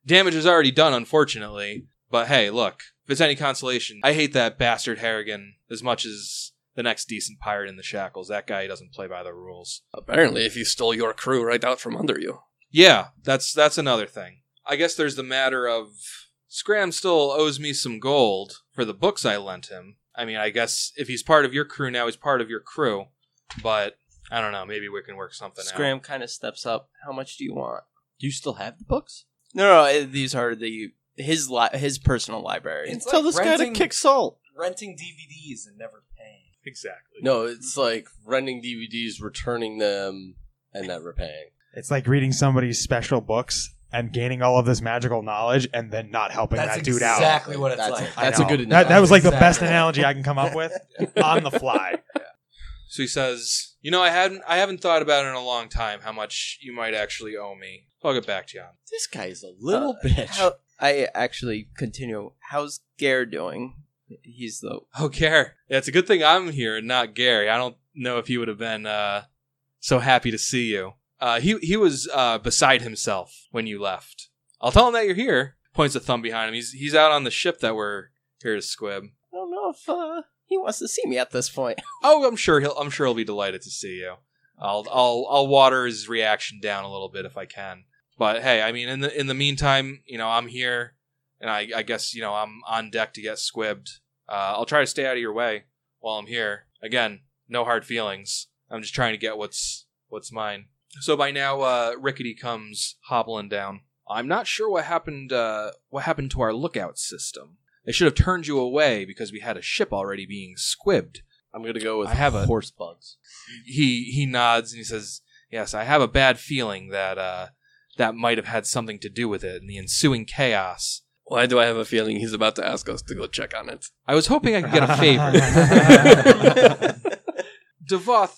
damage is already done, unfortunately. But hey, look, if it's any consolation, I hate that bastard Harrigan as much as the next decent pirate in the shackles. That guy doesn't play by the rules.
Apparently, if you stole your crew right out from under you,
Yeah, that's that's another thing. I guess there's the matter of Scram still owes me some gold for the books I lent him. I mean, I guess if he's part of your crew now, he's part of your crew. But I don't know. Maybe we can work something out.
Scram kind of steps up. How much do you want? Do you still have the books? No, no. eh, These are the his li- his personal library.
It's
Tell
like
this guy to
renting-
kick salt.
Renting DVDs and never paying.
Exactly.
No, it's like renting DVDs, returning them, and not repaying.
It's like reading somebody's special books and gaining all of this magical knowledge and then not helping
That's
that dude out.
exactly what it's
That's
like.
it.
I
That's a
know.
good
That, that was like the
analogy.
best analogy I can come up with on the fly.
So he says, "You know, I hadn't, I haven't thought about it in a long time. How much you might actually owe me? I'll get back to you on." it."
This guy is a little
Uh,
bitch.
How, I actually continue. How's Gare doing? He's the
Oh, Gary, yeah, it's a good thing I'm here and not Gary. I don't know if he would have been uh, so happy to see you. Uh, he he was uh, beside himself when you left. I'll tell him that you're here. Points a thumb behind him. He's he's out on the ship that we're here to squib.
I don't know if uh, he wants to see me at this point.
Oh, I'm sure he'll I'm sure he'll be delighted to see you. I'll I'll I'll water his reaction down a little bit if I can. But hey, I mean in the in the meantime, you know, I'm here and I, I guess, you know, I'm on deck to get squibbed. Uh, I'll try to stay out of your way while I'm here. Again, no hard feelings. I'm just trying to get what's what's mine. So by now, uh, Rickety comes hobbling down. I'm not sure what happened uh, what happened to our lookout system. They should have turned you away because we had a ship already being squibbed
I'm gonna go with
I have a-
horse bugs.
he he nods and he says, "Yes, I have a bad feeling that uh, that might have had something to do with it and the ensuing chaos.
why do I have a feeling he's about to ask us to go check on it?
I was hoping I could get a favor." Devoth,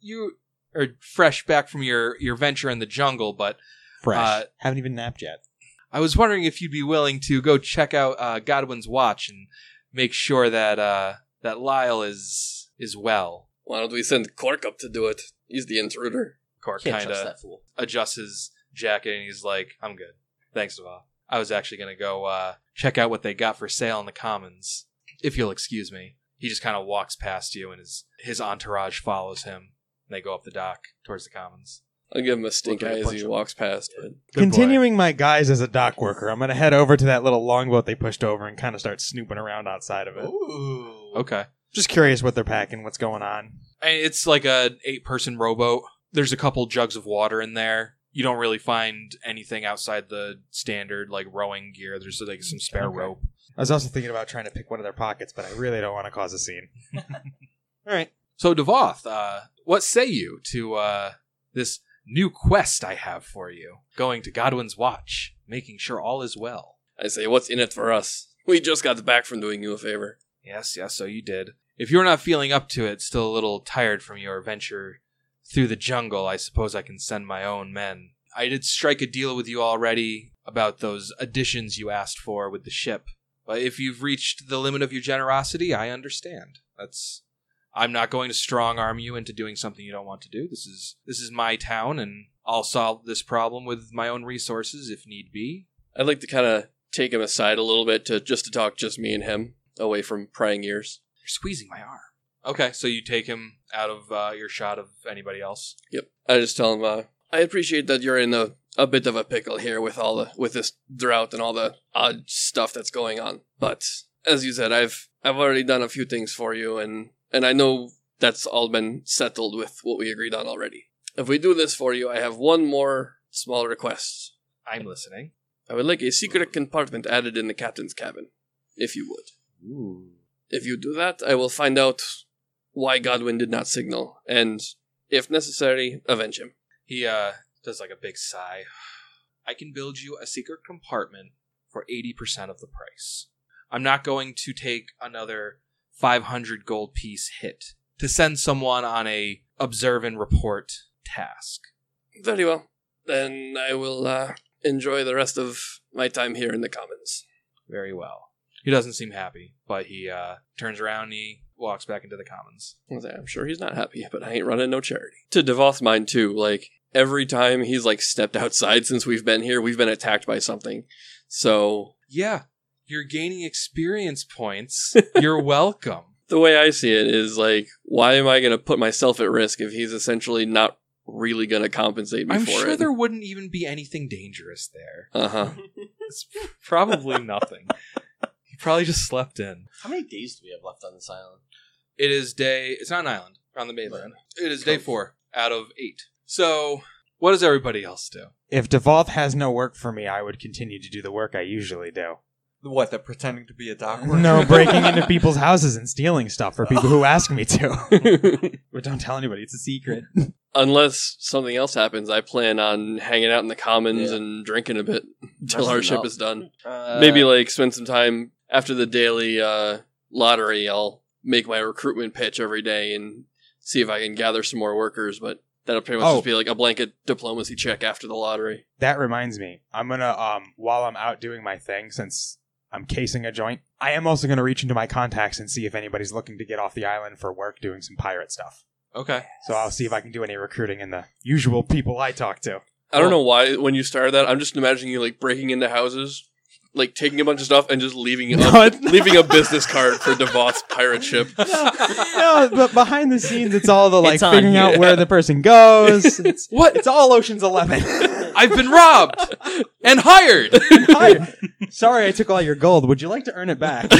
you are fresh back from your your venture in the jungle, but
Fresh.
Uh,
Haven't even napped yet.
I was wondering if you'd be willing to go check out uh, Godwin's watch and make sure that uh, that Lyle is is well.
Why don't we send Cork up to do it? He's the intruder.
Cork
Can't
kind
trust
of
that fool.
adjusts his jacket and he's like, I'm good. Thanks, Deval. I was actually going to go uh, check out what they got for sale in the commons, if you'll excuse me. He just kind of walks past you and his, his entourage follows him. And they go up the dock towards the commons.
I'll give him a stink
Look, I
eye as
punch
he
him.
walks past. But
Good
Continuing my guise as a dock worker, I'm going to head over to that little longboat they pushed over and kind of start snooping around outside of it.
Ooh.
Okay.
Just curious what they're packing, what's going on.
And it's like a eight person rowboat. There's a couple jugs of water in there. You don't really find anything outside the standard like rowing gear. There's like some spare
Okay.
rope.
I was also thinking about trying to pick one of their pockets, but I really don't want to cause a scene. All right.
So, Devoth, uh, what say you to uh, this new quest I have for you? Going to Godwin's Watch, making sure all is well.
I say, what's in it for us? We just got back from doing you a favor.
Yes, yes, so you did. If you're not feeling up to it, still a little tired from your venture through the jungle, I suppose I can send my own men. I did strike a deal with you already about those additions you asked for with the ship. But if you've reached the limit of your generosity, I understand. That's I'm not going to strong arm you into doing something you don't want to do. This is this is my town and I'll solve this problem with my own resources if need be.
I'd like to kind of take him aside a little bit to just to talk just me and him away from prying ears.
You're squeezing my arm. Okay, so you take him out of uh, your shot of anybody else.
Yep. I just tell him, uh, I appreciate that you're in a, a bit of a pickle here with all the with this drought and all the odd stuff that's going on. But as you said, I've I've already done a few things for you, and and I know that's all been settled with what we agreed on already. If we do this for you, I have one more small request.
I'm listening.
I would like a secret compartment added in the captain's cabin, if you would. If you do that, I will find out why Godwin did not signal, and if necessary, avenge him.
He uh, does like a big sigh. I can build you a secret compartment for 80% of the price. I'm not going to take another 500 gold piece hit to send someone on a observe and report task.
Very well. Then I will uh, enjoy the rest of my time here in the commons.
Very well. He doesn't seem happy, but he uh, turns around and he walks back into the commons.
I am sure he's not happy, but I ain't running no charity. To Devoth's mind too, like every time he's like stepped outside since we've been here, we've been attacked by something. So
Yeah, you're gaining experience points. you're welcome.
the way I see it is like, why am I going to put myself at risk if he's essentially not really going to compensate me
I'm
for
sure
it?
there wouldn't even be anything dangerous there.
Uh huh.
It's probably nothing. He probably just slept in.
How many days do we have left on this island?
It is day. It's not an island We're on the mainland. It is
Oh.
day
Cool.
four out of eight. So, what does everybody else do?
If Devoth has no work for me, I would continue to do the work I usually do.
What, the pretending to be a dock worker?
No, breaking into people's houses and stealing stuff for people who ask me to. but don't tell anybody; it's a secret.
Unless something else happens, I plan on hanging out in the commons
Yeah.
and drinking a bit until
Resting
our ship
up.
is done.
Uh,
Maybe like spend some time after the daily uh, lottery. I'll make my recruitment pitch every day and see if I can gather some more workers. But that'll pretty much
Oh.
just be like a blanket diplomacy check after the lottery.
That reminds me, I'm gonna um while I'm out doing my thing, since I'm casing a joint, I am also gonna reach into my contacts and see if anybody's looking to get off the island for work doing some pirate stuff.
Okay.
So I'll see if I can do any recruiting in the usual people I talk to.
I don't know why when you started that, I'm just imagining you like breaking into houses, like taking a bunch of stuff and just leaving it up, leaving a business card for Devoth's pirate ship.
no, but behind the scenes, it's all the like
It's on
figuring
you.
out where the person goes. It's,
What?
it's all Ocean's Eleven.
I've been robbed and hired.
Hi. Sorry, I took all your gold. Would you like to earn it back?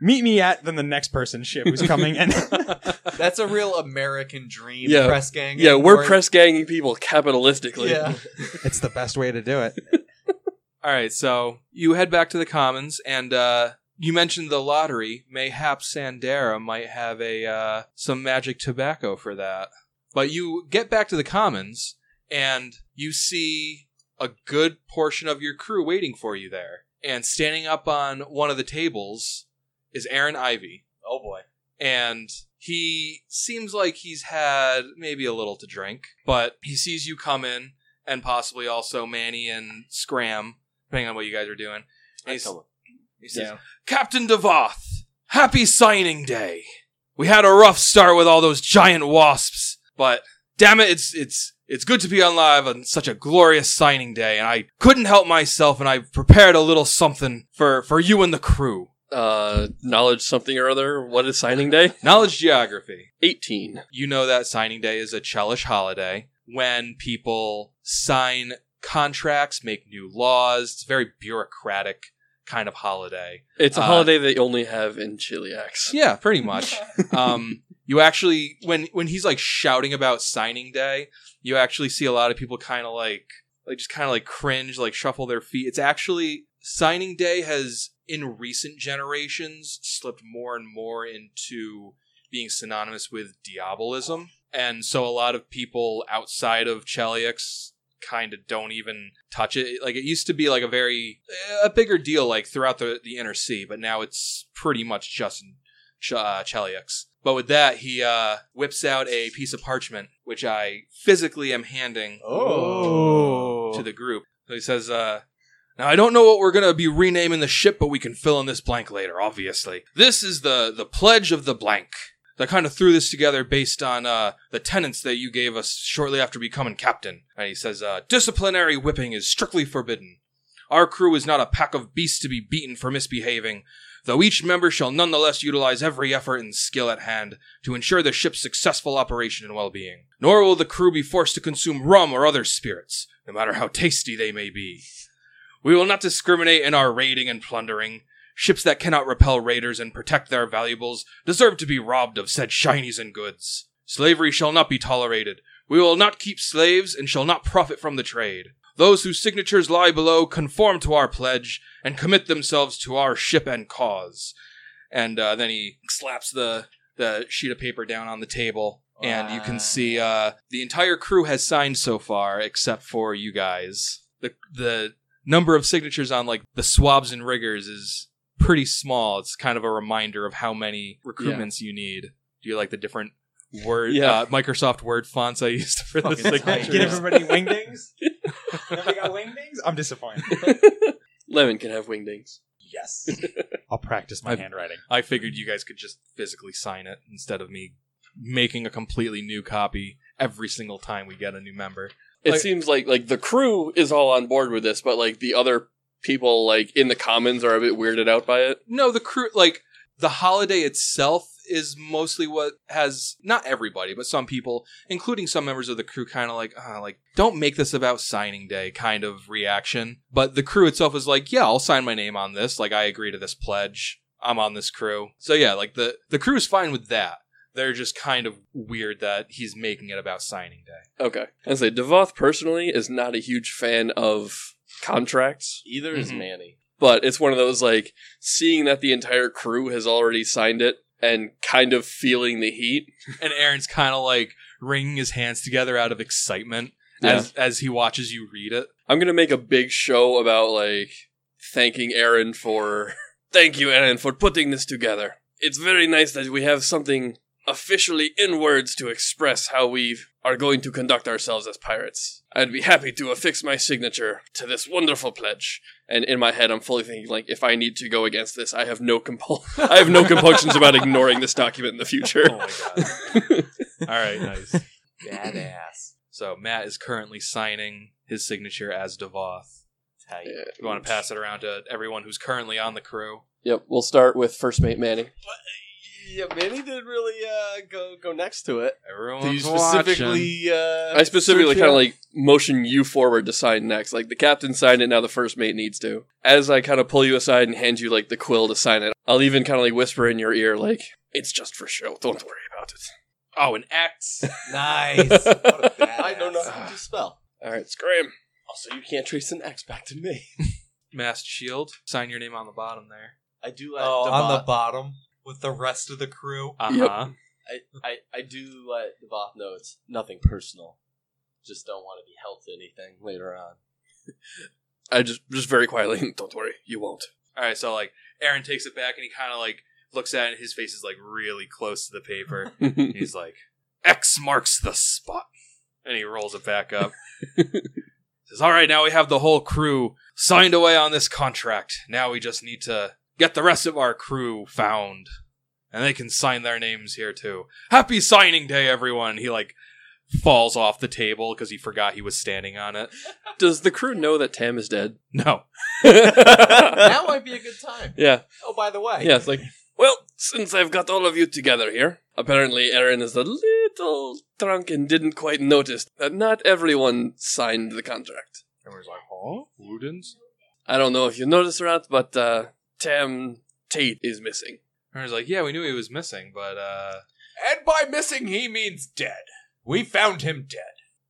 Meet me at then the next person's ship who's coming, and
That's a real American dream,
Yeah.
press gang.
Yeah, we're
Or-
press ganging people capitalistically.
Yeah.
it's the best way to do it.
All right. So you head back to the commons, and uh, you mentioned the lottery. Mayhap Sandera might have a uh, some magic tobacco for that. But you get back to the commons, and you see a good portion of your crew waiting for you there. And standing up on one of the tables is Aaron Ivy.
Oh, boy.
and he seems like he's had maybe a little to drink, but he sees you come in and possibly also Manny and Scram, depending on what you guys are doing. And he's- he says, Captain Devoth, happy signing day. We had a rough start with all those giant wasps, but damn it, it's it's it's good to be on live on such a glorious signing day, and I couldn't help myself, and I prepared a little something for for you and the crew.
Uh, knowledge something or other. What is signing day?
Knowledge geography.
18.
you know that signing day is a chellish holiday when people sign contracts, make new laws. It's a very bureaucratic kind of holiday.
It's a
Uh,
holiday they only have in Chiliacs.
Yeah, pretty much. um, you actually, when when he's like shouting about signing day, you actually see a lot of people kind of like like just kind of like cringe, like shuffle their feet. It's actually signing day has in recent generations slipped more and more into being synonymous with diabolism and so a lot of people outside of Chelix kind of don't even touch it like it used to be like a very a bigger deal like throughout the, the inner sea but now it's pretty much just in Ch- uh, Chelyx. But with that, he uh, whips out a piece of parchment, which I physically am handing
Oh.
to the group. So he says, uh, "Now I don't know what we're gonna be renaming the ship, but we can fill in this blank later. Obviously, this is the the pledge of the blank." So I kind of threw this together based on uh, the tenets that you gave us shortly after becoming captain. And he says, uh, "Disciplinary whipping is strictly forbidden. Our crew is not a pack of beasts to be beaten for misbehaving." though each member shall nonetheless utilize every effort and skill at hand to ensure the ship's successful operation and well being. Nor will the crew be forced to consume rum or other spirits, no matter how tasty they may be. We will not discriminate in our raiding and plundering. Ships that cannot repel raiders and protect their valuables deserve to be robbed of said shinies and goods. Slavery shall not be tolerated. We will not keep slaves and shall not profit from the trade. Those whose signatures lie below conform to our pledge and commit themselves to our ship and cause. And uh, then he slaps the, the sheet of paper down on the table, and you can see uh, the entire crew has signed so far, except for you guys. The, the number of signatures on like the swabs and riggers is pretty small. It's kind of a reminder of how many recruitments you need. Do you like the different word
Yeah.
uh, Microsoft Word fonts I used for the
Fucking tight.
signatures?
Get everybody wingdings? Nobody got wingdings? I'm disappointed.
Lemon can have wingdings.
Yes. I'll practice my
I've-
handwriting.
I figured you guys could just physically sign it instead of me making a completely new copy every single time we get a new member.
It
Like-
seems like like the crew is all on board with this, but like the other people like in the commons are a bit weirded out by it.
No, the crew, like, the holiday itself is mostly what has not everybody, but some people, including some members of the crew, kind of like, ah, like, don't make this about signing day kind of reaction. But the crew itself is like, yeah, I'll sign my name on this. Like, I agree to this pledge. I'm on this crew. So yeah, like the the crew is fine with that. They're just kind of weird that he's making it about signing day.
Okay. And say Devoth personally is not a huge fan of contracts,
Either is
Mhm.
Manny.
but it's one of those like seeing that the entire crew has already signed it and kind of feeling the heat.
and Aaron's kind of like wringing his hands together out of excitement as as he watches you read it.
I'm gonna make a big show about like thanking Aaron for thank you, Aaron, for putting this together. It's very nice that we have something officially in words to express how we are going to conduct ourselves as pirates. I'd be happy to affix my signature to this wonderful pledge. And in my head, I'm fully thinking like, if I need to go against this, I have no compul- I have no compunctions about ignoring this document in the future.
Oh my god! All right, nice.
Badass.
So Matt is currently signing his signature as Devoth.
Tight.
You want to pass it around to everyone who's currently on the crew?
Yep, we'll start with first mate Manny.
Yeah, Manny didn't really uh, go go next to it.
Everyone
You specifically, uh,
I specifically
search
kind of
out-
like motion you forward to sign next. Like the captain signed it, now the first mate needs to. As I kind of pull you aside and hand you like the quill to sign it, I'll even kind of like whisper in your ear, like, it's just for show. Don't worry about it.
Oh, an X.
Nice. What a badass.
I don't know how to spell.
All right, Scram.
Also, you can't trace an X back to me.
Masked Shield. Sign your name on the bottom there.
I do let
Oh, on the
Devoth,
bottom with the rest of the crew.
Uh
Yep.
huh.
I, I do let Devoth know it's nothing personal. Just don't want to be held to anything later on.
I just, just very quietly, don't worry, you won't.
All right. So like, Aaron takes it back and he kind of like looks at it. and His face is like really close to the paper. He's like, X marks the spot. And he rolls it back up. Says, all right, now we have the whole crew signed away on this contract. Now we just need to get the rest of our crew found. And they can sign their names here too. Happy signing day, everyone. He like falls off the table because he forgot he was standing on it.
Does the crew know that Tam is dead?
No.
That might be a good time.
yeah,
Oh, by the way.
yeah, it's like, well, since I've got all of you together here, apparently Aaron is a little drunk and didn't quite notice that not everyone signed the contract.
Everyone's like, huh? Ludens?
I don't know if you noticed or not, but uh, Tam Tate is missing.
Everyone's like, yeah, we knew he was missing, but uh
And by missing, he means dead. We found him dead.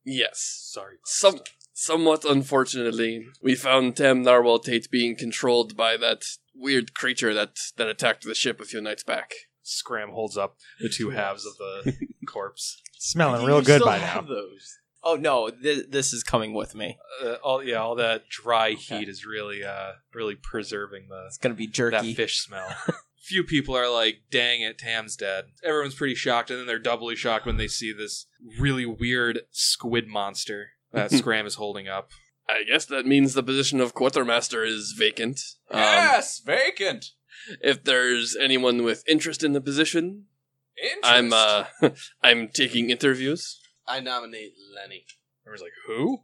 Yes.
sorry.
Some Somewhat unfortunately, we found Tam Narwhal Tate being controlled by that weird creature that, that attacked the ship a few nights back.
Scram holds up the two halves of the corpse.
Smelling
You
real good
still
by now.
have those. Oh no, th- this is coming with me.
Uh, all yeah, all that dry heat is really uh really preserving the
It's gonna be
that
jerky.
fish smell. Few people are like, "Dang it, Tam's dead." Everyone's pretty shocked, and then they're doubly shocked when they see this really weird squid monster that Scram is holding up.
I guess that means the position of quartermaster is vacant. Um,
yes, vacant.
If there's anyone with interest in the position,
Interest.
I'm uh, I'm taking interviews.
I nominate Lenny.
Everyone's like, "Who?"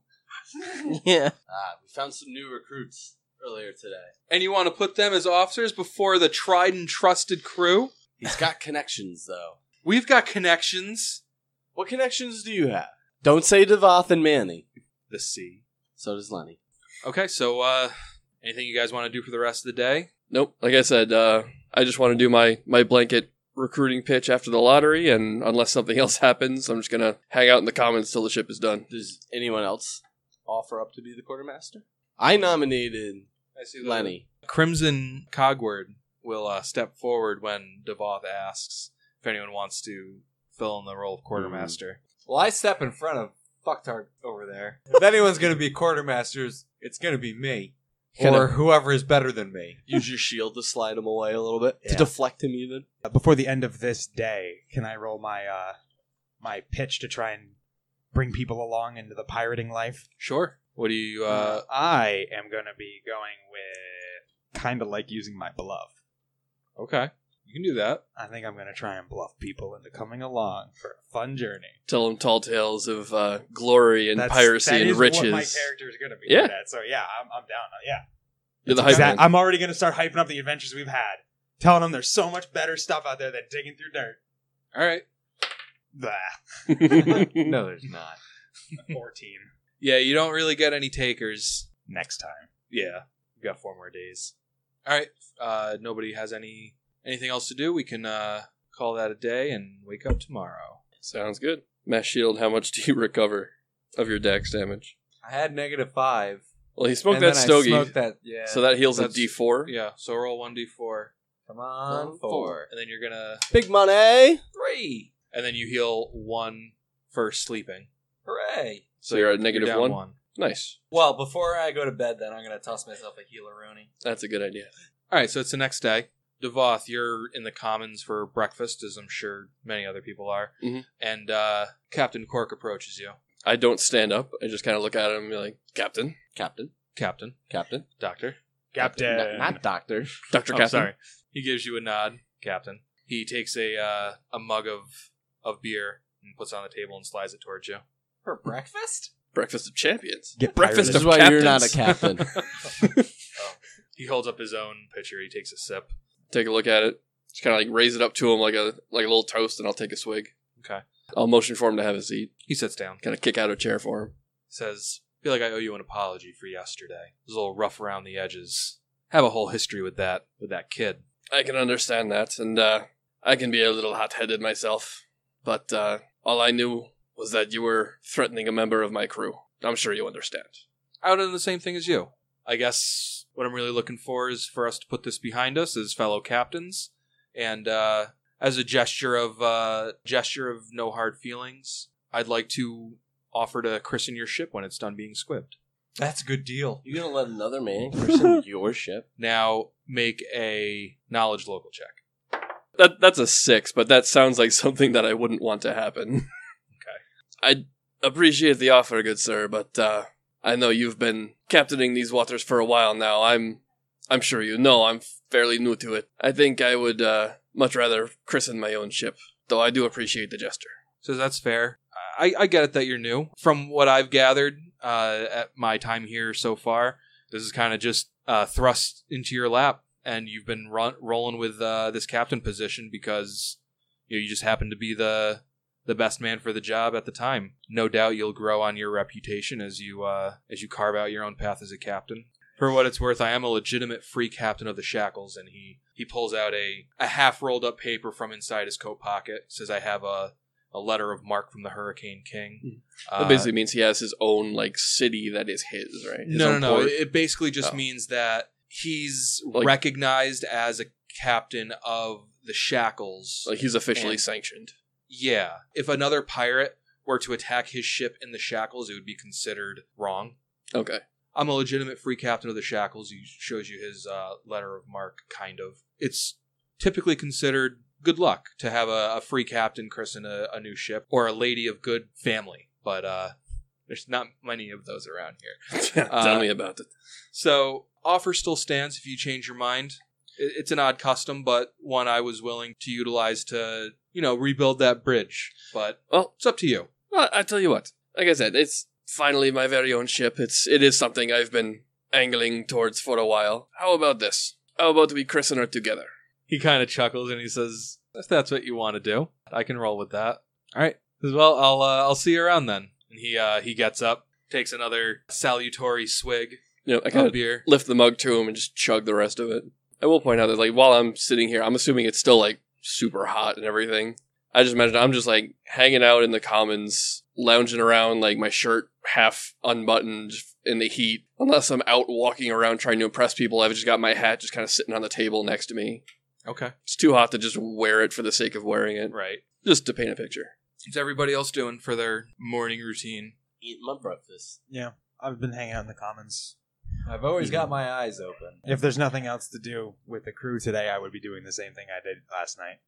yeah.
Ah, we found some new recruits earlier today.
And you want to put them as officers before the tried and trusted crew?
He's got connections though.
We've got connections.
What connections do you have? Don't say Devoth and Manny.
The sea.
So does Lenny.
Okay, so uh, anything you guys want to do for the rest of the day?
Nope. Like I said, uh, I just want to do my my blanket recruiting pitch after the lottery, and unless something else happens, I'm just gonna hang out in the commons till the ship is done.
Does anyone else offer up to be the quartermaster? I nominated
I see
Lenny.
Crimson Cogward will uh, step forward when Devoth asks if anyone wants to fill in the role of quartermaster.
Well, I step in front of fucktard over there. If anyone's gonna be quartermasters, it's gonna be me or whoever is better than me.
Use your shield to slide him away a little bit
Yeah.
to deflect him even.
Uh, Before the end of this day, can I roll my uh, my pitch to try and bring people along into the pirating life?
Sure. What do you? Uh,
I am going to be going with kind of like using my bluff.
okay, you can do that.
I think I'm going to try and bluff people into coming along for a fun journey.
Tell them tall tales of uh, glory and
That's- that
piracy and
is
riches.
What my character is going to be.
Yeah.
good at, so yeah, I'm, I'm down. on- Yeah.
You're the hype
Because that-
man.
I'm already going to start hyping up the adventures we've had, telling them there's so much better stuff out there than digging through dirt.
All right.
Blah.
No, there's not.
14.
Yeah, you don't really get any takers.
Next time.
Yeah, you got four more days. All right. Uh, nobody has any anything else to do. We can uh, call that a day and wake up tomorrow.
Sounds good. Mass shield. How much do you recover of your dex damage?
I had negative five.
Well, he smoked
and
that
then I
stogie,
smoked that. Yeah.
so that heals a
That's-
D4.
Yeah. So roll one d four,
come on
Um,
four.
and then you're gonna,
Big money.
Three.
and then you heal one for sleeping.
Hooray.
So you're at negative
down
one? Nice.
Well, before I go to bed, then I'm gonna toss myself a healeroni.
That's a good idea.
All right, so it's the next day. Devoth, you're in the commons for breakfast, as I'm sure many other people are.
Mhm.
And uh, Captain Cork approaches you.
I don't stand up. I just kind of look at him and be like, Captain,
Captain.
Captain,
Captain.
Doctor.
Captain.
Not, not doctor.
Doctor
Oh,
Captain.
sorry. He gives you a nod, Captain. He takes a uh, a mug of of beer and puts it on the table and slides it towards you.
For breakfast?
Breakfast of Champions.
Get
Breakfast
This
pirated.
is
of
why you're not a
captains.
captain.
He holds up his own pitcher. He takes a sip.
Take a look at it. Just kind of like raise it up to him like a like a little toast, and I'll take a swig.
Okay.
I'll motion for him to have a seat.
He sits down.
Kind of kick out a chair for him.
says, feel like I owe you an apology for yesterday. It was a little rough around the edges. Have a whole history with that with that kid.
I can understand that, and uh, I can be a little hot headed myself. But uh, all I knew was that you were threatening a member of my crew. I'm sure you understand.
I would have done the same thing as you. I guess what I'm really looking for is for us to put this behind us as fellow captains, and uh, as a gesture of uh, gesture of no hard feelings, I'd like to offer to christen your ship when it's done being squibbed.
That's a good deal.
You gonna let another man christen your ship?
Now make a knowledge local check.
That that's a six, but that sounds like something that I wouldn't want to happen. Okay. I appreciate the offer, good sir, but uh, I know you've been captaining these waters for a while now. I'm I'm sure you know I'm fairly new to it. I think I would uh, much rather christen my own ship, though I do appreciate the gesture.
So that's fair. I, I get it that you're new. From what I've gathered uh, at my time here so far, this is kind of just uh, thrust into your lap, and you've been run, rolling with uh, this captain position because you, know, you just happen to be the the best man for the job at the time. No doubt you'll grow on your reputation as you uh, as you carve out your own path as a captain. For what it's worth, I am a legitimate free captain of the shackles, and he he pulls out a, a half rolled up paper from inside his coat pocket. Says I have a a letter of mark from the Hurricane King.
that basically means he has his own like city that is his, right? His
no, no,
own
no.
port.
It basically just
Oh.
means that he's
Like-
recognized as a captain of the Shackles.
Like he's officially
And-
sanctioned.
yeah. If another pirate were to attack his ship in the Shackles, it would be considered wrong.
Okay.
I'm a legitimate free captain of the Shackles. He shows you his uh, letter of mark, kind of. It's typically considered good luck to have a, a free captain christen a, a new ship or a lady of good family, but uh, there's not many of those around here. Uh,
Tell Uh, me about it.
So offer still stands if you change your mind. I- It's an odd custom, but one I was willing to utilize to, you know, rebuild that bridge. But
Well-
it's up to you.
Well, I tell you what. Like I said, it's finally my very own ship. It's it is something I've been angling towards for a while. How about this? How about we christen her together?
He kind of chuckles and he says, "If that's what you want to do, I can roll with that." All right. He says, well, I'll uh, I'll see you around then. And he uh, he gets up, takes another salutary swig
You know, I kind
of
of
beer.
lift the mug to him and just chug the rest of it. I will point out that like while I'm sitting here, I'm assuming it's still like super hot and everything. I just imagine I'm just like hanging out in the commons, lounging around like my shirt half unbuttoned in the heat. Unless I'm out walking around trying to impress people, I've just got my hat just kind of sitting on the table next to me.
Okay.
It's too hot to just wear it for the sake of wearing it.
Right.
Just to paint a picture.
What's everybody else doing for their morning routine?
Eat my breakfast.
Yeah, I've been hanging out in the commons.
I've always got my eyes open.
If there's nothing else to do with the crew today, I would be doing the same thing I did last night.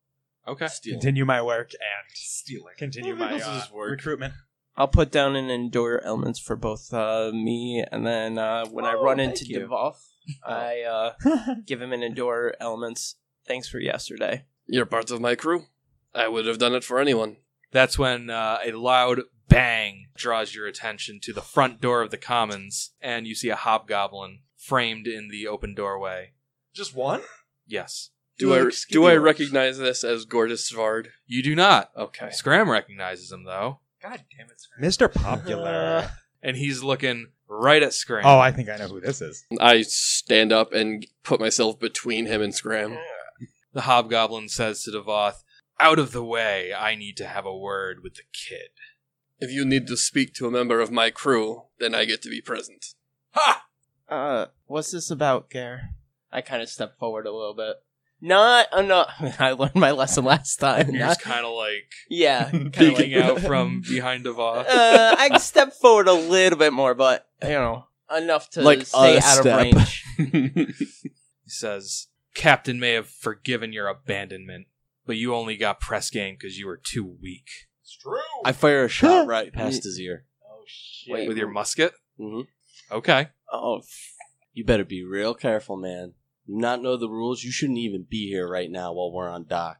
Okay.
Stealing.
Continue my work and stealing. Continue
Well,
my
this
uh,
is work.
recruitment.
I'll put down an endure elements for both uh, me and then uh, when I
Oh,
run
thank
into
you.
Devoth, I uh, give him an endure elements. Thanks for yesterday.
You're part of my crew. I would have done it for anyone.
That's when uh, a loud bang draws your attention to the front door of the commons, and you see a hobgoblin framed in the open doorway.
Just one?
Yes.
Do I
Excuse
do I
me.
recognize this as Gordas Svard?
You do not.
Okay.
Scram recognizes him, though,
God damn it, Scram.
Mr. Popular.
and he's looking right at Scram.
oh, I think I know who this is.
I stand up and put myself between him and Scram.
The hobgoblin says to Devoth, Out of the way, I need to have a word with the kid.
If you need to speak to a member of my crew, then I get to be present.
Ha!
Uh, what's this about, Gare? I kind of stepped forward a little bit. Not enough. I learned my lesson last time.
He's
Not-
kind of like
yeah.
peeking out from behind Devoth.
uh, I can step forward a little bit more, but you know, enough to
Like
stay
a
out
step.
of range.
He says, Captain may have forgiven your abandonment, but you only got press game because you were too weak.
It's true.
I fire a shot right past his ear.
oh shit.
Wait.
With your musket?
hmm
Okay.
Oh, f- you better be real careful, man. You not know the rules. You shouldn't even be here right now while we're on dock.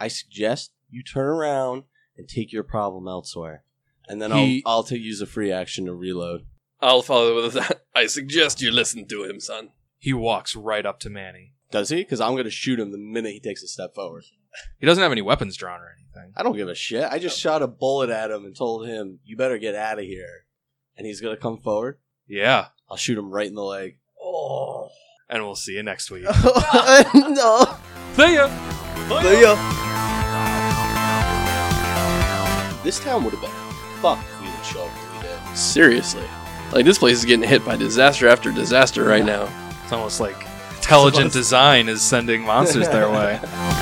I suggest you turn around and take your problem elsewhere, and then
He-
I'll I'll take use a free action to reload.
I'll follow with that. I suggest you listen to him, son.
He walks right up to Manny.
Does he? Because I'm gonna shoot him the minute he takes a step forward.
He doesn't have any weapons drawn or anything.
I don't give a shit. I just shot a bullet at him and told him, "You better get out of here," and he's gonna come forward.
Yeah.
I'll shoot him right in the leg.
Oh.
And we'll see you next week.
no.
see ya!
This town would have been fucked if we didn't show up when we did.
Seriously. Like this place is getting hit by disaster after disaster right now.
It's almost like intelligent design is sending monsters their way.